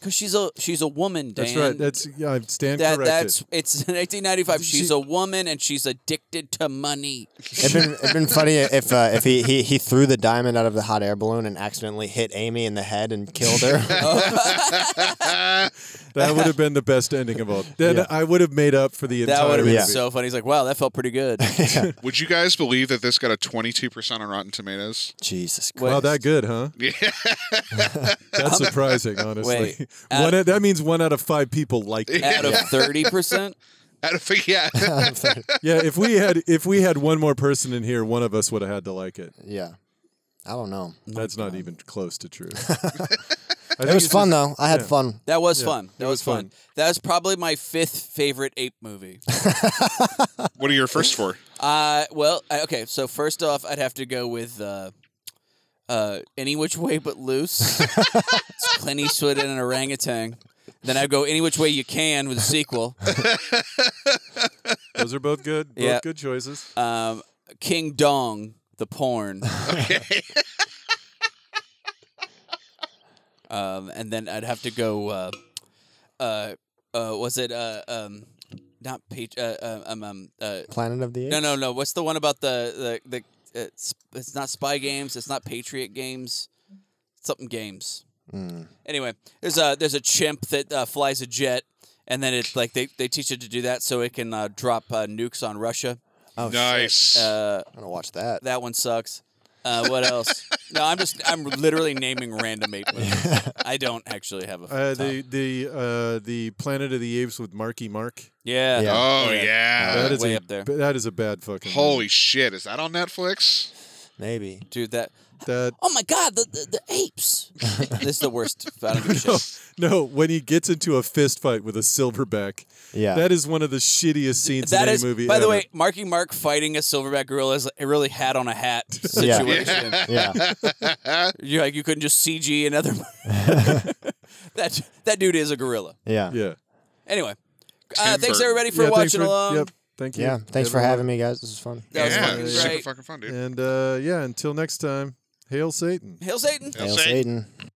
Cause she's a she's a woman, Dan.
That's right. That's yeah, I stand
that
corrected.
that's it's 1995. She's
She-
a woman and she's addicted to money.
It'd been it'd been funny if uh, if he, he he threw the diamond out of the hot air balloon and accidentally hit Amy in the head and killed her.
That would have been the best ending of all. Then I would have made up for the entire.
That would have been
Yeah.
movie.
so funny. He's like, wow, that felt pretty good.
Would you guys believe that this got a 22% on Rotten Tomatoes?
Jesus Christ!
Wow, that good, huh? Yeah. That's surprising, honestly.
Wait,
one out, that means one out of five people liked it.
Out of thirty percent.
Out of yeah.
yeah, if we had if we had one more person in here, one of us would have had to like it.
Yeah, I don't know.
That's not even close to true. I think
It was
it's
fun
just-
though. I had fun.
That was fun. That
it
was
was
fun.
fun.
That was probably my fifth favorite ape movie.
what are your first four?
Uh, well, I, okay. So first off, I'd have to go with uh, uh, any which way but loose. it's Clint Eastwood and an orangutan. Then I'd go any which way you can with a sequel.
Those are both good. Both
Yeah.
good choices.
Um, King Dong, the porn.
Okay.
Um, and then I'd have to go. Uh, uh, uh, was it uh, um, not page? Uh, uh, um, um, uh,
Planet of the Apes.
no, no, no. What's the one about the the the? Uh, sp- it's not spy games. It's not Patriot games. Something games. Anyway, there's a there's a chimp that uh, flies a jet, and then it's like they, they teach it to do that so it can uh, drop uh, nukes on Russia.
Oh, shit.
nice.
Uh,
I'm gonna watch that.
that one sucks. Uh, what else? no, I'm just I'm literally naming random ape movies. I don't actually have a.
Uh,
top.
the the uh, the Planet of the Apes with Marky Mark.
yeah.
Yeah.
oh
yeah.
yeah.
That is
Uh, way
a,
up there.
That is a bad fucking.
Holy shit! Is that on Netflix?
Maybe.
dude. That.
movie. That
Oh my god, the the, the apes. this is the worst. I don't give a shit.
no, when he gets into a fist fight with a silverback,
Yeah.
that is one of the shittiest scenes in
That
any
is,
movie.
by the
ever.
way, Marky Mark fighting a silverback gorilla is a really hat on a hat
Yeah.
situation.
yeah.
You're like you couldn't just CG another. that that dude is a gorilla.
Yeah. Yeah.
yeah,
Anyway, uh, thanks
Timber.
everybody for
yeah, thanks
watching along.
Yep, thank you.
Thanks for having me, guys. This was fun.
That was
yeah,
fucking
super
great.
fucking fun, dude.
And uh, yeah, until next time, hail Satan.
Hail Satan.
Hail
Hail
Satan.
Satan.